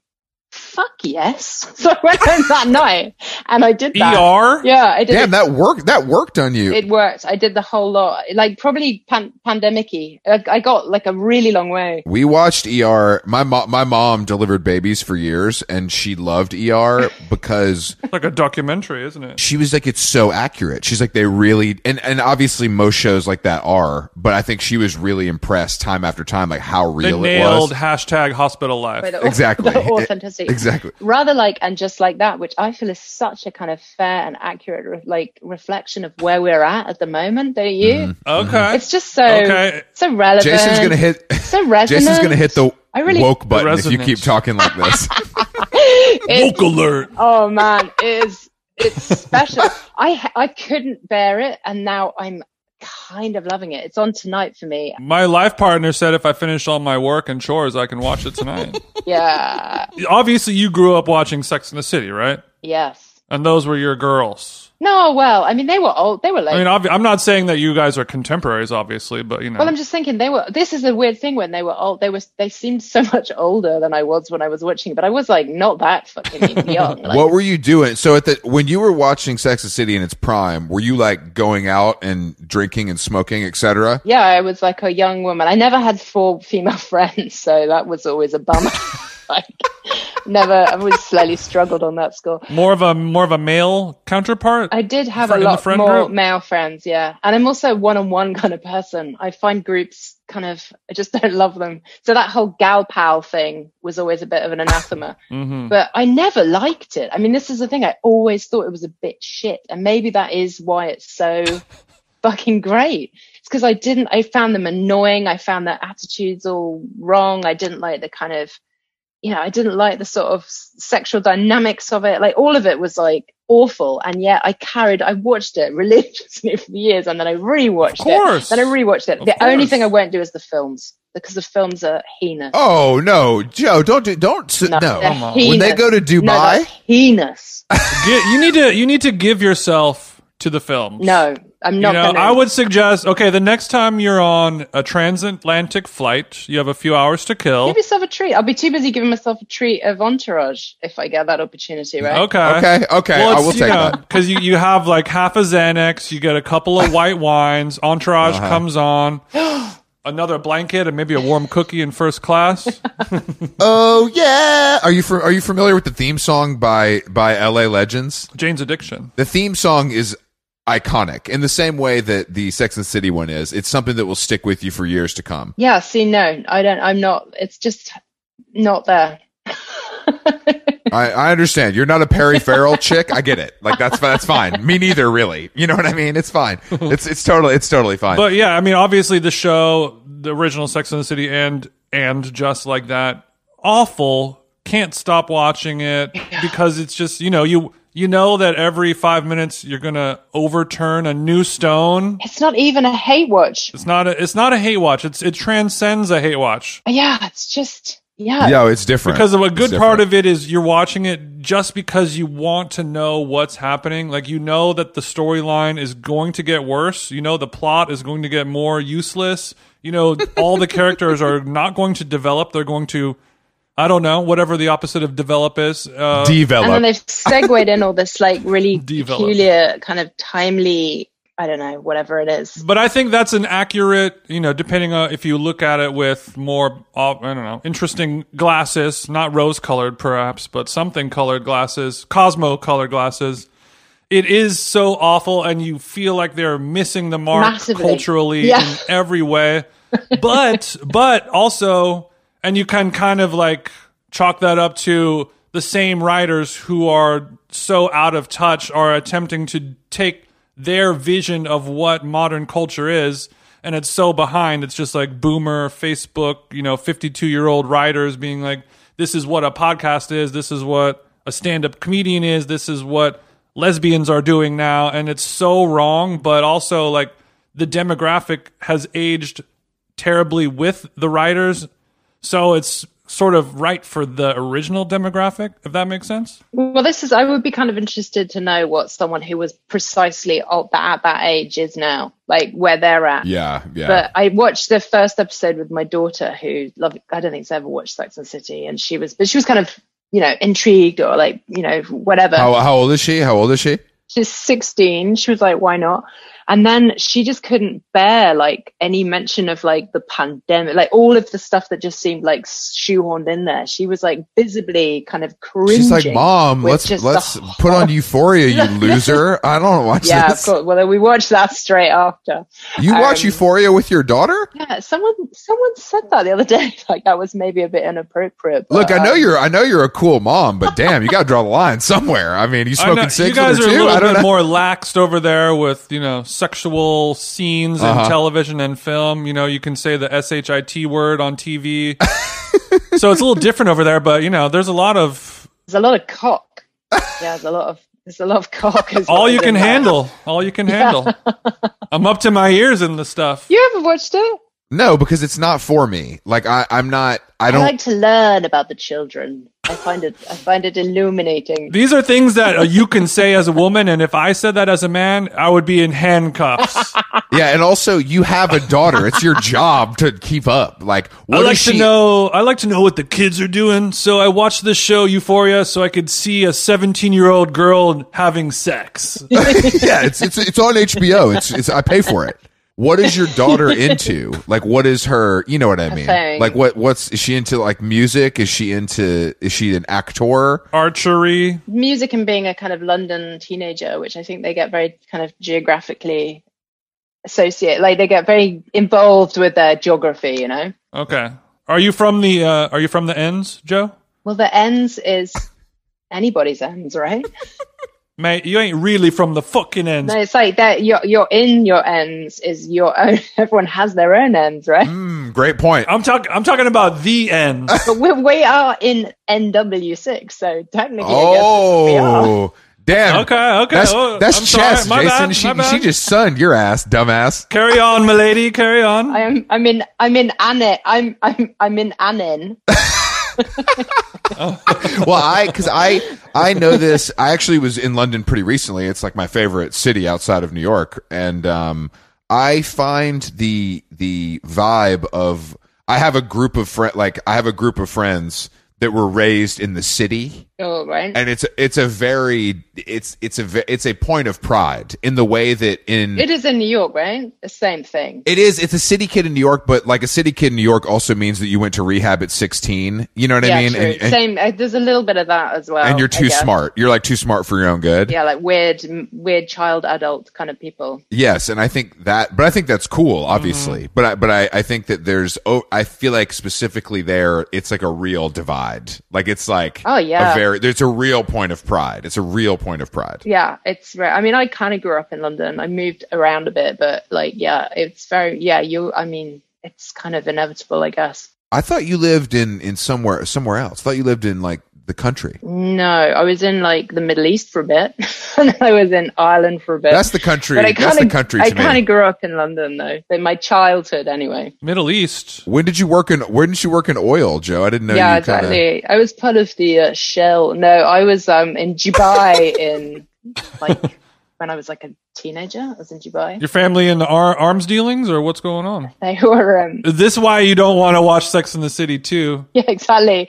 fuck yes. So I went home that night and I did that. ER? E Yeah, I did. Damn, it. that worked. That worked on you. It worked. I did the whole lot, like probably pan- pandemic-y. I, I got like a really long way. we watched ER. My mo- my mom delivered babies for years, and she loved ER because It's like a documentary, isn't it? she was like, "It's so accurate." She's like, "They really," and and obviously most shows like that are, but I think she was really impressed time after time, like how They real it nailed was. hashtag hospital But life. the au- Exactly. the authenticity. Exactly. Rather like and just like that, which I feel is such a kind of fair and accurate, re- like reflection of where we're at at the moment. Don't you? Okay. It's just so Okay. so relevant. Mm-hmm. Jason's gonna hit. so resonant. Jason's gonna hit the I really- woke button if you resonance. keep talking like this. It's- Woke alert. Oh man, it is it's special. I ha- I couldn't bear it, and now I'm kind of loving it. It's on tonight for me. My life partner said if I finish all my work and chores, I can watch it tonight. Yeah. Obviously, you grew up watching Sex in the City, right? yes. And those were your girls. No. Well, I mean, they were old. They were late. I mean, obvi- I'm not saying that you guys are contemporaries, obviously, but you know. well, I'm just thinking they were. This is a weird thing when they were old. They were. They seemed so much older than I was when I was watching. it, But I was like not that fucking young. Like, what were you doing? So at the when you were watching Sex and the City in its prime, were you like going out and drinking and smoking, etc.? yeah, I was like a young woman. I never had four female friends, so that was always a bummer. like, never. I've always slightly struggled on that score. more of a more of a male counterpart. I did have Fr- a in the lot friend more group? male friends, yeah. And I'm also a one-on-one kind of person. I find groups kind of I just don't love them. So that whole gal pal thing was always a bit of an anathema. mm-hmm. but I never liked it. I mean, this is the thing. I always thought it was a bit shit, and maybe that is why it's so fucking great. It's because I didn't. I found them annoying. I found their attitudes all wrong. I didn't like the kind of, you know, I didn't like the sort of s- sexual dynamics of it. Like all of it was like awful. And yet I carried. I watched it religiously for years, and then I rewatched Of course. it. Then I rewatched it. Of the only course. thing I won't do is the films because the films are heinous. Oh no, Joe! Don't do don't s- no. they're Come on. When they heinous. go to No, Dubai, that's heinous. Get- you need to you need to give yourself to the films. No, I'm not you know, gonna. I would suggest okay, the next time you're on a transatlantic flight, you have a few hours to kill. give yourself a treat. I'll be too busy giving myself a treat of entourage if I get that opportunity, right? Okay. okay, okay, I will take that. because Uh-huh. you, you have like half a Xanax, you get a couple of white wines, Entourage Uh-huh. comes on, another blanket, and maybe a warm cookie in first class. Oh yeah, are you fr- are you familiar with the theme song by by L.A. Legends? Jane's Addiction. The theme song is iconic in the same way that the Sex and the City one is. It's something that will stick with you for years to come. Yeah. See, no, I don't. I'm not. It's just not there. I, I understand. You're not a Perry Farrell chick. I get it. Like that's that's fine. Me neither, really. You know what I mean? It's fine. It's it's totally it's totally fine. But yeah, I mean, obviously the show, the original Sex and the City, and and just like that, awful. Can't stop watching it because it's just you know you you know that every five minutes you're gonna overturn a new stone. it's not even a hate watch. It's not a it's not a hate watch. It's it transcends a hate watch. Yeah, it's just yeah. Yo, it's different because of a It's good different. part of it is you're watching it just because you want to know what's happening like you know that the storyline is going to get worse you know the plot is going to get more useless you know all the characters are not going to develop they're going to i don't know whatever the opposite of develop is uh, And then develop. they've segued in all this like really Develop. peculiar kind of timely. I don't know, whatever it is. but i think that's an accurate you know depending on if you look at it with more uh, i don't know interesting glasses not rose colored perhaps but something colored glasses cosmo colored glasses it is so awful and you feel like they're missing the mark Massively. culturally Yeah. in every way but but also and you can kind of like chalk that up to the same writers who are so out of touch are attempting to take their vision of what modern culture is and it's so behind it's just like boomer facebook you know 52 year old writers being like this is what a podcast is this is what a stand-up comedian is this is what lesbians are doing now and it's so wrong but also like the demographic has aged terribly with the writers so it's sort of right for the original demographic if that makes sense Well, this is. I would be kind of interested to know what someone who was precisely at that, at that age is now, like where they're at. yeah, yeah. But I watched the first episode with my daughter, who loved. I don't think she's ever watched Sex and the City, and she was, but she was kind of you know, intrigued or like, you know, whatever. How, how old is she? How old is she? She's 16. She was like, why not? And then she just couldn't bear like any mention of like the pandemic, like all of the stuff that just seemed like shoehorned in there. She was like visibly kind of cringing. She's like, mom, with let's just let's the put on Euphoria, you loser. I don't watch Yeah, of this. course. Well, we watched that straight after. You watch Um, Euphoria with your daughter? Yeah, someone someone said that the other day. Like that was maybe a bit inappropriate. but, Look, I know um, you're I know you're a cool mom, but damn, you got to draw the line somewhere. I mean, you I know- smoking six you guys or are a two? little I don't bit know. more laxed over there with you know sexual scenes Uh-huh. in television and film. You know, you can say the shit word on TV, so it's a little different over there. But you know, there's a lot of There's a lot of cock. Yeah, there's a lot of there's a lot of cock. is all what you is can in there. handle. All you can handle. I'm up to my ears in the stuff. You ever watched it? No, because it's not for me. Like I, I'm not. I I, don't. like to learn about the children. I find it I find it illuminating. These are things that uh, you can say as a woman, and if I said that as a man, I would be in handcuffs. yeah, and also you have a daughter. It's your job to keep up. Like what I is like she? to know. I like to know what the kids are doing. So I watched this show Euphoria, so I could see a 17 year old girl having sex. yeah, it's it's it's on HBO. It's it's I pay for it. What is your daughter into? Like what is her? You know what I mean? thing. Like what what's is she into? Like music? Is she into? Is she an actor? Archery. Music and being a kind of London teenager, which I think they get very kind of geographically associate like they get very involved with their geography, you know? Okay. Are you from the uh, Are you from the ends, Joe? Well the ends is anybody's ends, right? Mate, you ain't really from the fucking ends. No, it's like that you're you're in your ends is your own everyone has their own ends, right? Mm, great point. I'm talking. I'm talking about the ends. But we we are in NW6, so technically, I guess we are. Oh, damn. Okay. Okay. That's oh, I'm that's sorry. chess, My Jason. bad, she my bad. she just sunned your ass, dumbass. carry on, milady. Carry on. I am. I'm in. I'm in Annan. I'm. I'm. I'm in Annan. well, I because I I know this. I actually was in London pretty recently. It's like my favorite city outside of New York, and um, I find the the vibe of I have a group of friend like I have a group of friends that were raised in the city Oh, right. and it's it's a very it's it's a ve- it's a point of pride in the way that in It is in New York, right? The same thing. It is. It's a city kid in New York, but like a city kid in New York also means that you went to rehab at 16. You know what yeah, I mean? true. And, and, same. Uh, there's a little bit of that as well. and you're I too guess. smart. You're like too smart for your own good. Yeah, like weird, m- weird child, adult kind of people. Yes, and I think that, but I think that's cool, obviously. Mm-hmm. But I, but I, I think that there's, oh, I feel like specifically there, it's like a real divide. Like it's like, Oh, yeah. a very, there's a real point of pride. It's a real point of pride. Yeah, it's right. I mean, I kind of grew up in London. I moved around a bit, but like, yeah, it's very. Yeah, you. I mean, it's kind of inevitable, I guess. I thought you lived in in somewhere somewhere else. thought you lived in like the country. No, I was in like the Middle East for a bit, and I was in Ireland for a bit. That's the country. But I that's kinda- the country I to kind me. of grew up in London though, in my childhood anyway. Middle East. When did you work in? Where did you work in oil, Joe? I didn't know. yeah, you kinda- exactly. I was part of the uh, shell. No, I was um in Dubai in like when I was like a teenager. I was in Dubai. Your family in the ar- arms dealings, or what's going on? They were um Is this why you don't want to watch Sex in the City too? yeah exactly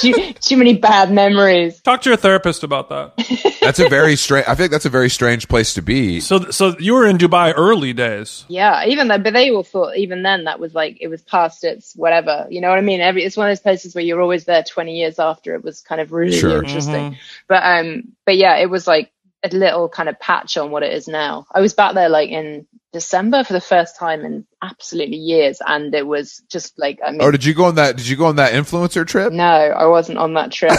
too, too many bad memories. Talk to your therapist about that. That's a very strange. I think that's a very strange place to be. So, so you were in Dubai early days. Yeah, even though, but they all thought even then that was like it was past its whatever. You know what I mean? Every it's one of those places where you're always there 20 years after it was kind of really Sure. interesting. But um, but yeah, it was like a little kind of patch on what it is now. I was back there like in December for the first time in absolutely years, and it was just like I mean, Oh, did you go on that? Did you go on that influencer trip? no, I wasn't on that trip.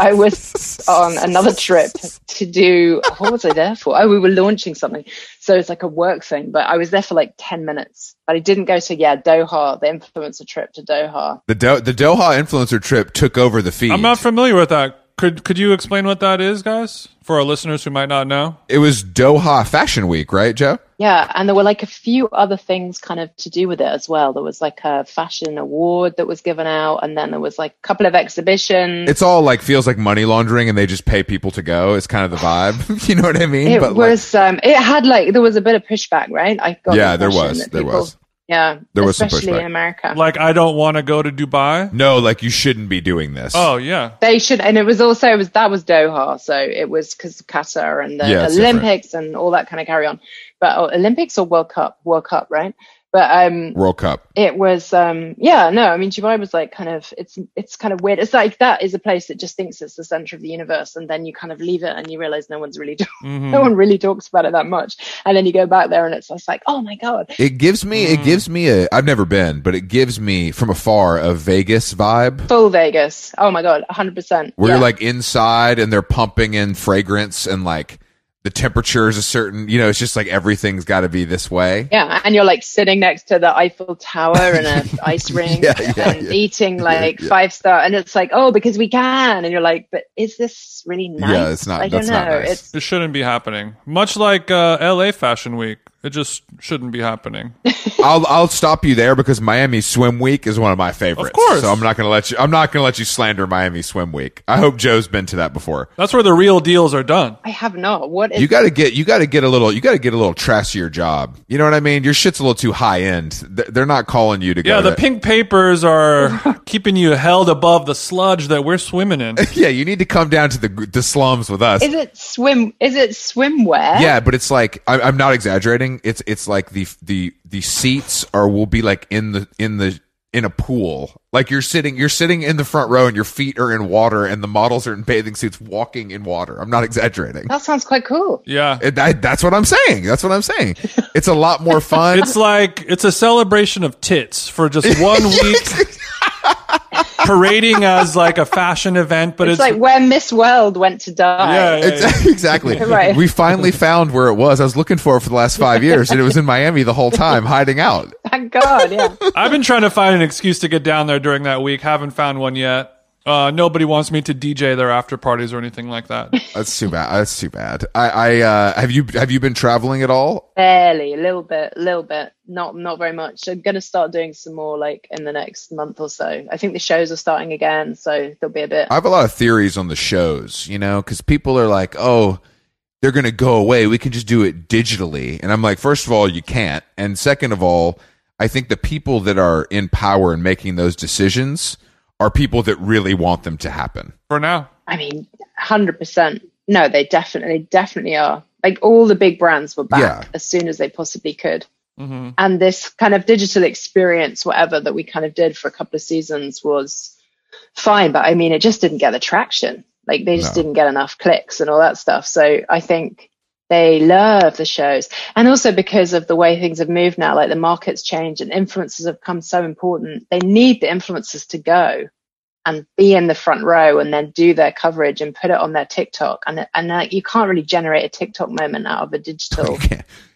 I was on another trip to do. What was I there for? Oh, we were launching something, so it's like a work thing. But I was there for like ten minutes. But I didn't go to yeah Doha, the influencer trip to Doha. The Do- the Doha influencer trip took over the feed. I'm not familiar with that. Could could you explain what that is, guys, for our listeners who might not know? it was Doha Fashion Week, right, Joe? Yeah, and there were like a few other things kind of to do with it as well. There was like a fashion award that was given out, and then there was like a couple of exhibitions. It's all like feels like money laundering, and they just pay people to go. It's kind of the vibe. you know what I mean? it like, was um it had like there was a bit of pushback right i got the Yeah, there impression was, that there people- was. Yeah, There was some especially pushback. in America. Like, I don't want to go to Dubai. No, like you shouldn't be doing this. Oh yeah, they should, and it was also it was that was Doha, so it was because Qatar and the Yeah, it's different. Olympics and all that kind of carry on. But oh, Olympics or World Cup, World Cup, right? But um, World Cup. it was um yeah no i mean dubai was like kind of it's it's kind of weird it's like that is a place that just thinks it's the center of the universe and then you kind of leave it and you realize no one's really Mhm. no Hmm. one really talks about it that much and then you go back there and it's just like oh my god It gives me it Mm. gives me a I've never been, but it gives me from afar a Vegas vibe. full vegas oh my god 100% Where yeah. you're like inside and they're pumping in fragrance and like the temperature is a certain you know, it's just like everything's gotta be this way. yeah and you're like sitting next to the eiffel tower and a ice rink Yeah, yeah, and yeah. eating like yeah. five star and it's like oh because we can and you're like but is this really nice Yeah, it's not- i don't that's know not nice. it's it shouldn't be happening. Much like uh, L.A. Fashion Week, it just shouldn't be happening. I'll I'll stop you there because Miami Swim Week is one of my favorites. Of course. So I'm not gonna let you I'm not gonna let you slander Miami Swim Week. I hope Joe's been to that before. That's where the real deals are done. i have not what is You gotta get you gotta get a little you gotta get a little trashier job. You know what I mean? Your shit's a little too high end. Th- They're not calling you to go. Yeah, to the that- pink papers are keeping you held above the sludge that we're swimming in. Yeah, you need to come down to the the slums with us. is it swim is it swimwear yeah, but it's like I, I'm not exaggerating. It's it's like the the the seats are will be like in the in the in a pool. Like you're sitting you're sitting in the front row and your feet are in water and the models are in bathing suits walking in water. I'm not exaggerating. That sounds quite cool. Yeah. It- I- that's what I'm saying. That's what I'm saying. It's a lot more fun. It's like it's a celebration of tits for just one week, parading as like a fashion event, but It's, it's, like where Miss World went to die. yeah, yeah, yeah. Ex- exactly. Right. We finally found where it was. I was looking for it for the last five years, and it was in Miami the whole time, hiding out. Thank God. Yeah. I've been trying to find an excuse to get down there during that week. Haven't found one yet. Uh, nobody wants me to DJ their after parties or anything like that. That's too bad. That's too bad. I, I uh, have you have you been traveling at all? Barely, a little bit, a little bit. Not not very much. I'm gonna start doing some more like in the next month or so. I think the shows are starting again, so there'll be a bit. I have a lot of theories on the shows, you know, because people are like, oh, they're going to go away. We can just do it digitally. And I'm like, first of all, you can't. And second of all, I think the people that are in power and making those decisions are people that really want them to happen. For now, I mean, hundred percent. No, they definitely definitely are. Like all the big brands were back Yeah. as soon as they possibly could. hmm and this kind of digital experience whatever that we kind of did for a couple of seasons was fine but i mean it just didn't get the traction like they just No. didn't get enough clicks and all that stuff so i think they love the shows and also because of the way things have moved now like the markets change and influencers have come so important they need the influencers to go and be in the front row and then do their coverage and put it on their tiktok and and like you can't really generate a tiktok moment out of a Oh. digital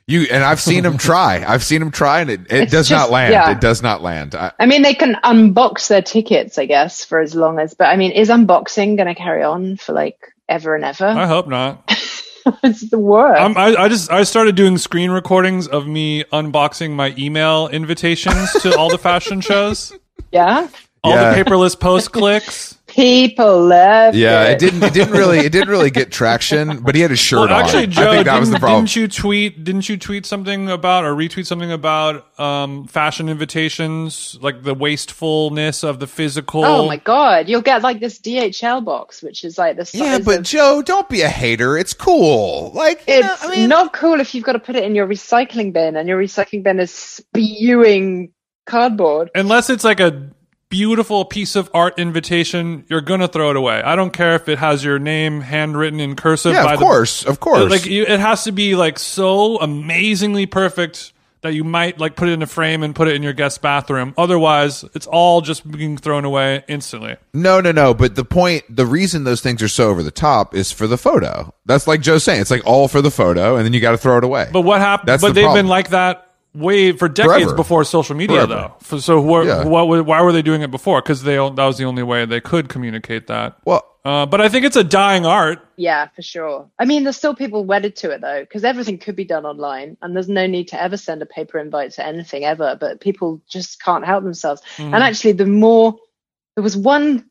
You and I've seen them try. I've seen them try, and it, it It's does not just- land. yeah. It does not land. I, I mean, they can unbox their tickets, I guess, for as long as. But I mean, is unboxing going to carry on for like ever and I ever? hope not. it's the worst. Um, I'm, I, I just I started doing screen recordings of me unboxing my email invitations to all the fashion shows, yeah, all Yeah. the paperless post clicks. people love. yeah, it. it didn't. It didn't really. It didn't really get traction. But he had a shirt Well, actually, on. Joe, I think that didn't, was the problem. didn't you tweet? Didn't you tweet something about or retweet something about um, fashion invitations, like the wastefulness of the physical? Oh my god, you'll get like this DHL box, which is like the size yeah, but of- Joe, don't be a hater. It's cool. Like you know, it's I mean, not cool if you've got to put it in your recycling bin and your recycling bin is spewing cardboard. Unless it's like a beautiful piece of art invitation, you're gonna throw it away. I don't care if it has your name handwritten in cursive. yeah, by of the- course, of course. Like you, it has to be like so amazingly perfect that you might like put it in a frame and put it in your guest bathroom. Otherwise, it's all just being thrown away instantly. no, no, no. But the point, the reason those things are so over the top is for the photo. That's like Joe's saying. It's like all for the photo, and then you got to throw it away. But what happened? That's but the they've problem. been like that way for decades Forever. before social media, Forever. though. For, so who are, Yeah. what, were- why were they doing it before? Because they that was the only way they could communicate that. well, Uh, but I think it's a dying art. Yeah, for sure. I mean, there's still people wedded to it though, because everything could be done online, and there's no need to ever send a paper invite to anything ever. But people just can't help themselves. And actually, the more there was one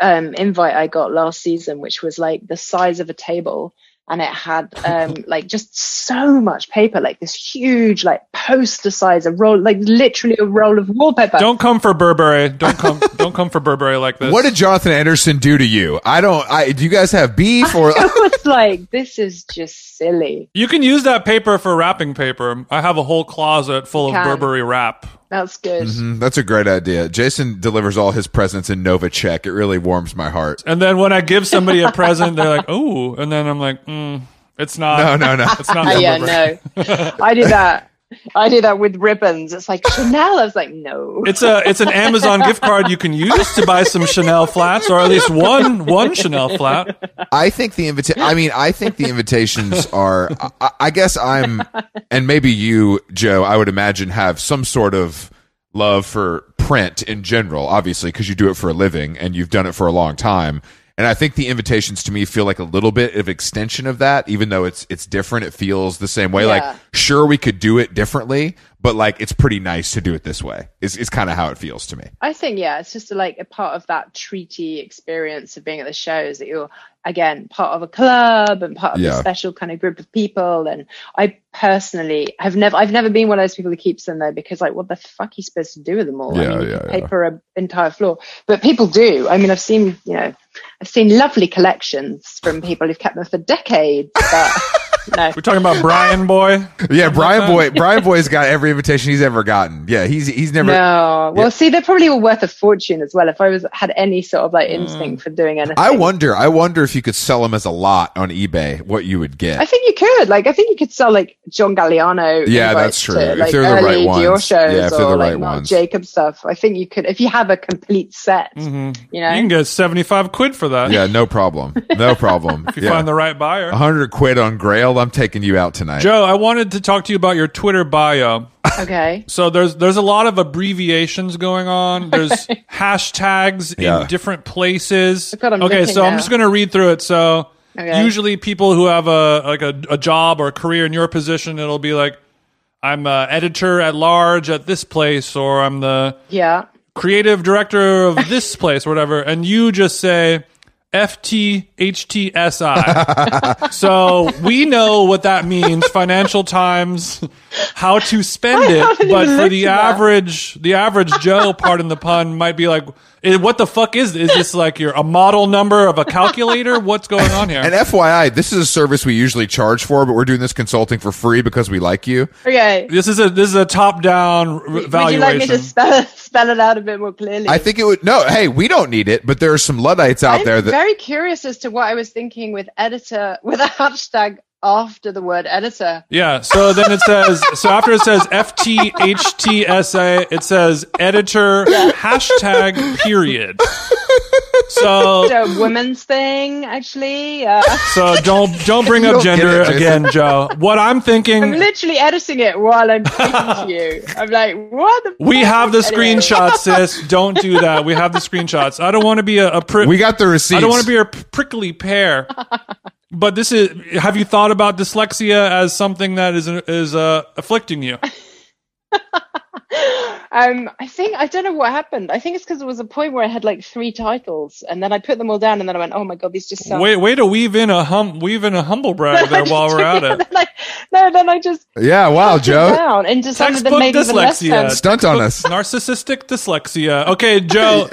um, invite I got last season, which was like the size of a table, and it had um, like just so much paper, like this huge like poster size, a roll, like literally a roll of wallpaper. Don't come for Burberry. Don't come. don't come for Burberry like this. What did Jonathan Anderson do to you? I don't. I do you guys have beef or? I was like, this is just silly. you can use that paper for wrapping paper. I have a whole closet full of can. Burberry wrap. That's good. Mm, That's a great idea. Jason delivers all his presents in Novacek. It really warms my heart. And then when I give somebody a present, they're like, "Oh," and then I'm like, mm, "It's not. No, no, no. It's not." Oh, from yeah, Burberry. no. I do that. I do that with ribbons. It's like Chanel. I was like, no. It's a it's an Amazon gift card you can use to buy some Chanel flats, or at least one one Chanel flat. I think the invita- I mean, I think the invitations are. I, I guess I'm, and maybe you, Joe. I would imagine have some sort of love for print in general, obviously, because you do it for a living and you've done it for a long time. And I think the invitations to me feel like a little bit of extension of that, even though it's it's different. It feels the same way. Yeah. Like, sure, we could do it differently, but like it's pretty nice to do it this way. Is is kind of how it feels to me. I think yeah, it's just like a part of that treaty experience of being at the shows that you're again part of a club and part of Yeah. a special kind of group of people. And I personally have never I've never been one of those people who keeps them though because like what the fuck are you supposed to do with them all? Yeah, I mean, you yeah, could yeah. paper an entire floor, but people do. I mean, I've seen you know I've seen lovely collections from people who've kept them for decades. But no, We're talking about Brian Boy. Yeah, Brian Boy. Brian Boy's got every invitation he's ever gotten. Yeah, he's he's never. No, well, see, they're probably all worth a fortune as well. If I was had any sort of Mm. like instinct for doing anything, I wonder. I wonder if you could sell them as a lot on eBay, what you would I get. think you could. Like, I think you could sell like John Galliano. Yeah, invites that's true. To, If like, they're the early right ones. Dior shows Yeah, if they're or the like right Marc ones. Jacob stuff. I think you could if you have a complete set. You know, Mm. Mm-hmm. You can get seventy five quid for that Yeah, Uh-huh. no problem. No problem. if you find the right buyer. hundred quid on Grail. I'm taking you out tonight. Joe, I wanted to talk to you about your Twitter bio. okay. So there's there's a lot of abbreviations going on. There's hashtags Yeah. in different places. God, I'm okay, looking so I'm now. just going to read through it. So Okay. usually people who have a like a, a job or a career in your position, it'll be like I'm a editor at large at this place, or I'm the Yeah. creative director of this place, or whatever, and you just say FTHTSI. so we know what that means, Financial Times, how to spend it. haven't But even for looked the at that. average the average Joe, pardon the pun, might be like "Eh, what the fuck is this? Is this like your a model number of a calculator? What's going on here? And FYI, this is a service we usually charge for, but we're doing this consulting for free because we like you. Okay. this is a this is a top down valuation. Would you like me to spell spell it out a bit more clearly? I think it would. No, hey, we don't need it, but there are some luddites out I'm there that. very curious as to what I was thinking with editor with a hashtag after the word editor. Yeah. So then it says, so after it says FTHTSA, it says editor hashtag period. So, So women's thing actually. Uh, so don't, don't bring You up don't get gender it, Jason. again, Joe. What I'm I'm thinking, literally editing it while I'm speaking to you. I'm like, what? The we fuck? have the Anyway. screenshots, sis. Don't do that. We have the screenshots. I don't want to be a, a prick. we got the receipts. I don't want to be a p- prickly pear. But this is, have you thought about dyslexia as something that is, is, uh, afflicting you? Um, I think I don't know what happened. I think it's because there was a point where I had like three titles, and then I put them all down, and then I went, "Oh my god, these just sound." Way, way to weave in a hum, weave in a humble brag there while we're at it. Then I, no, then I just Yeah, wow, Joe? Joe. down into something that Textbook made even less dyslexia. sense. Stunt on us. narcissistic dyslexia. Okay, Joe,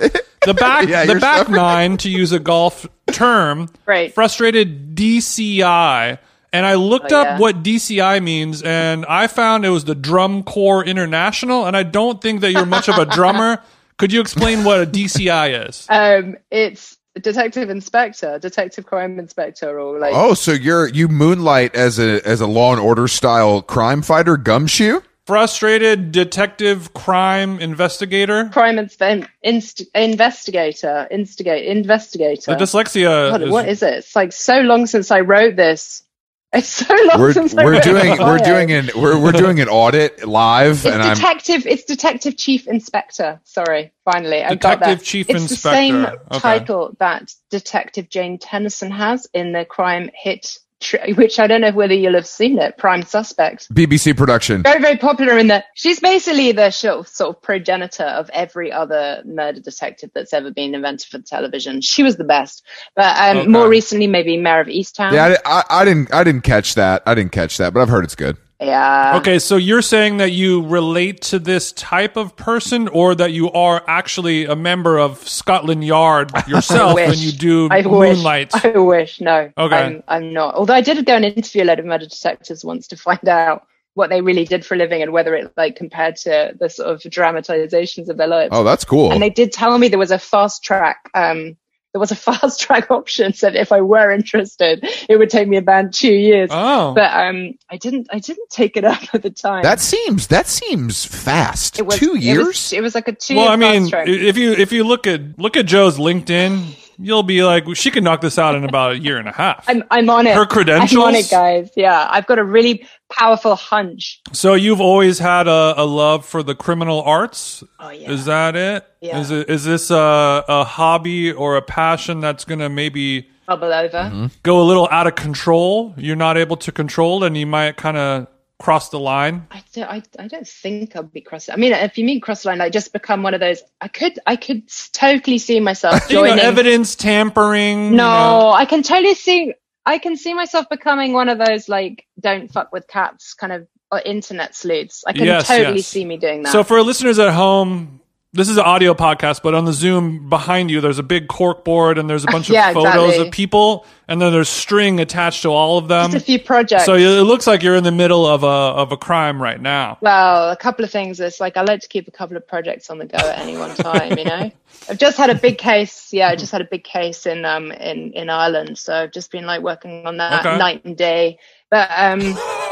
the back Yeah, the you're back stubborn. nine to use a golf term. Right. Frustrated DCI. And I looked Oh, up yeah. what DCI means and I found it was the Drum Corps International and I don't think that you're much of a drummer. Could you explain what a DCI is? Um, it's detective inspector, detective crime inspector, or like Oh, so you're you moonlight as a as a Law and Order style crime fighter, gumshoe. Frustrated detective crime investigator. crime inspe- inst- investigator, instigate investigator. The dyslexia God, uh, is- what is it? It's like so long since I wrote this. It's so long we're, since I we're wrote doing the we're bio. doing an we're, we're doing an audit live It's and I'm detective. It's detective chief inspector. Sorry, finally I got that. Detective Chief it's Inspector. the same Okay. title that Detective Jane Tennyson has in the crime hit tr- which I don't know whether you'll have seen it, Prime Suspect. BBC production. Very, very popular in that she's basically the sort of- sort of progenitor of every other murder detective that's ever been invented for television. She was the best. But um, Okay. more recently, maybe Mayor of Easttown. Yeah, I, di- I, I didn't I didn't catch that. I didn't catch that, but I've heard it's good. Yeah. Okay, so you're saying that you relate to this type of person, or that you are actually a member of Scotland Yard yourself wish. when you do I wish. Moonlight? I wish. No. Okay. I'm, I'm not. Although I did go and interview a lot of murder detectives once to find out what they really did for a living and whether it like compared to the sort of dramatizations of their lives. Oh, that's cool. And they did tell me there was a fast track. Um, there was a fast track option. So if I were interested, it would take me about two years. Oh, But um, I didn't. I didn't take it up at the time. that seems that seems fast. it was Two it was- years. It was, like a two. well, year I mean, fast track. i- if you if you look at look at Joe's LinkedIn, you'll be like, she could knock this out in about a year and a half. I'm I'm on it. Her credentials. I'm on it, guys. Yeah, I've got a really powerful hunch. So you've always had a, a love for the criminal arts. Oh yeah. Is that it? Yeah. Is it, is this a, a hobby or a passion that's going to maybe Bubble over. go a little out of control? You're not able to control, and you might kind of cross the line. I don't, I, I don't think I'll be cross. I mean, if you mean cross line, I just become one of those. I could, I could s- totally see myself You know, joining. evidence tampering. you no, know. I can totally see. I can see myself becoming one of those like don't fuck with cats kind of or internet sleuths. I can Yes, totally yes. see me doing that. So for our listeners at home. This is an audio podcast, but on the Zoom behind you, there's a big cork board and there's a bunch of Yeah, photos exactly. of people, and then there's string attached to all of them. just a few projects. So it looks like you're in the middle of a of a crime right now. Well, a couple of things. It's like I like to keep a couple of projects on the go at any one time. You know, I've just had a big case. Yeah, I just had a big case in um in in Ireland. So I've just been like working on that Okay. night and day. But um,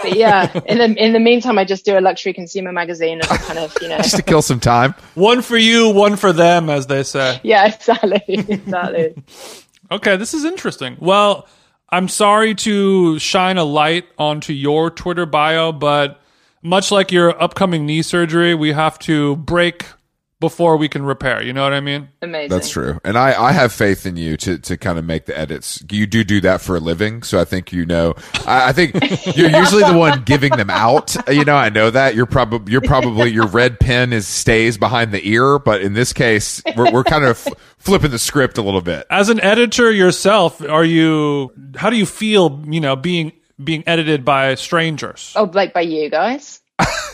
but yeah. In the in the meantime, I just do a luxury consumer magazine as a kind of you know. Just to kill some time. One for you, one for them, as they say. Yeah, exactly, exactly. Okay, this is interesting. Well, I'm sorry to shine a light onto your Twitter bio, but much like your upcoming knee surgery, we have to break before we can repair. You know what I mean? Amazing. That's true. And I, I have faith in you to, to kind of make the edits. You do do that for a living. So I think you know, I, I think you're usually the one giving them out. You know, I know that you're probably, you're probably, your red pen is stays behind the ear. But in this case, we're, we're kind of f- flipping the script a little bit. As an editor yourself, are you? How do you feel? You know, being being edited by strangers. Oh, like by you guys.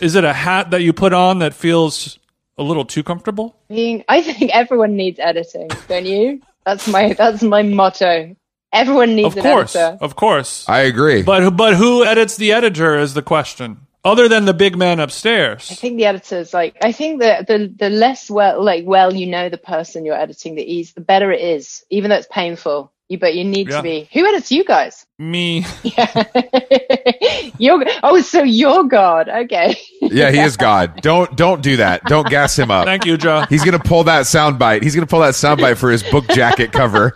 Is it a hat that you put on that feels a little too comfortable? Being, I think everyone needs editing, don't you? That's my that's my motto. Everyone needs Of an course, editor. of course. I agree. But who- but who edits the editor is the question. Other than the big man I upstairs. think the editor's like I think that the the less well like well you know the person you're editing the ease the better it is even though it's painful you but you need Yeah. to be who edits you guys Me. yeah you're oh so you're God okay yeah, he is God. Don't, don't do that. Don't gas him up. Thank you, Joe. He's going to pull that soundbite. He's going to pull that soundbite for his book jacket cover.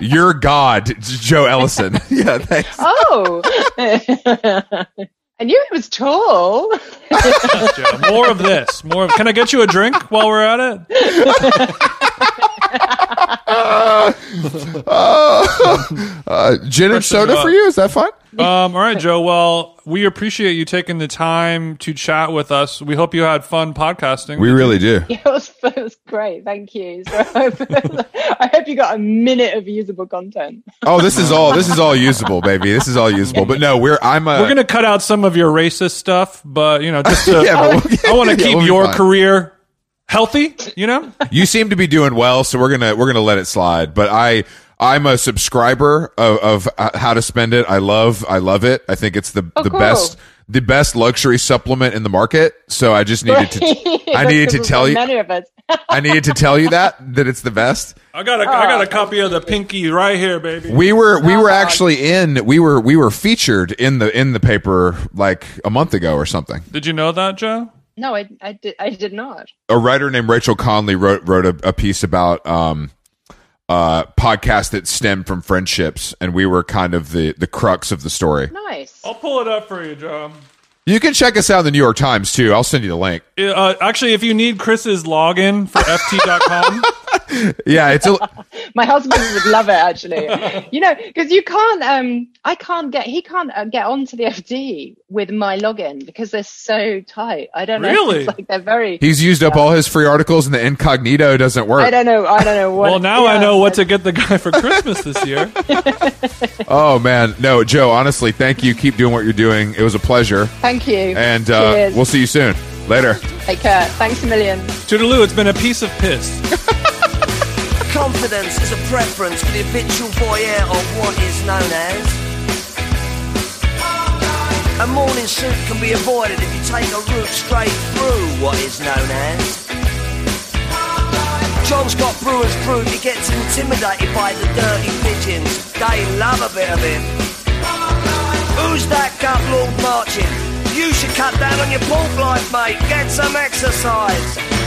You're God, Joe Ellison. Yeah, thanks. oh I knew it was tall Thanks, Joe. More of this. More. Of, can I get you a drink while we're at it? Oh, uh, gin and soda up. for you? Is that fun? Um, all right, Joe. Well, we appreciate you taking the time to chat with us. We hope you had fun podcasting. We really do. it was, it was great thank you so I hope you got a minute of usable content Oh, this is all. This is all usable, baby. This is all usable. But no, we're. I'm a. we're gonna cut out some of your racist stuff, but you know, just to, Yeah, but we'll- I want to yeah, keep we'll be your fine. career healthy. You know. You seem to be doing well, so we're gonna we're gonna let it slide. But I. I'm a subscriber of, of uh, how to spend it. I love, I love it. I think it's the, the cool. best, the best luxury supplement in the market. So I just needed to, I needed to tell you, many of us I needed to tell you that, that it's the best. I got a I got a copy of the Pinky right here, baby. We were we were actually in we were we were featured in the in the paper like a month ago or something. Did you know that, Joe? no I, I did I did not A writer named Rachel Conley wrote wrote a, a piece about um uh podcasts that stem from friendships and we were kind of the the crux of the story. nice I'll pull it up for you, Joe. You can check us out in the New York Times too. I'll send you the link. Uh, actually, if you need Chris's login for ft.com, Yeah, it's a, My husband would love it actually. You know, because you can't. Um, I can't get. He can't uh, get onto the FD with my login because they're so tight. I don't know. Really? It's like they're very. he's used up all his free articles and the incognito doesn't I work. don't know. I don't know what. well, now I yeah. know what to get the guy for Christmas this year. Oh man, no, Joe. Honestly, thank you. Keep doing what you're doing. It was a pleasure, Thank you. and uh, Cheers. we'll see you soon. Later. take care. Thanks a million. Toodaloo, it's been a piece of piss. Confidence is a preference for the habitual voyeur of what is known as. A morning suit can be avoided if you take a route straight through what is known as. John Scott Brewer's group, he gets intimidated by the dirty pigeons. They love a bit of him. Who's that gut lord marching? You should cut down on your pork life, mate. Get some exercise.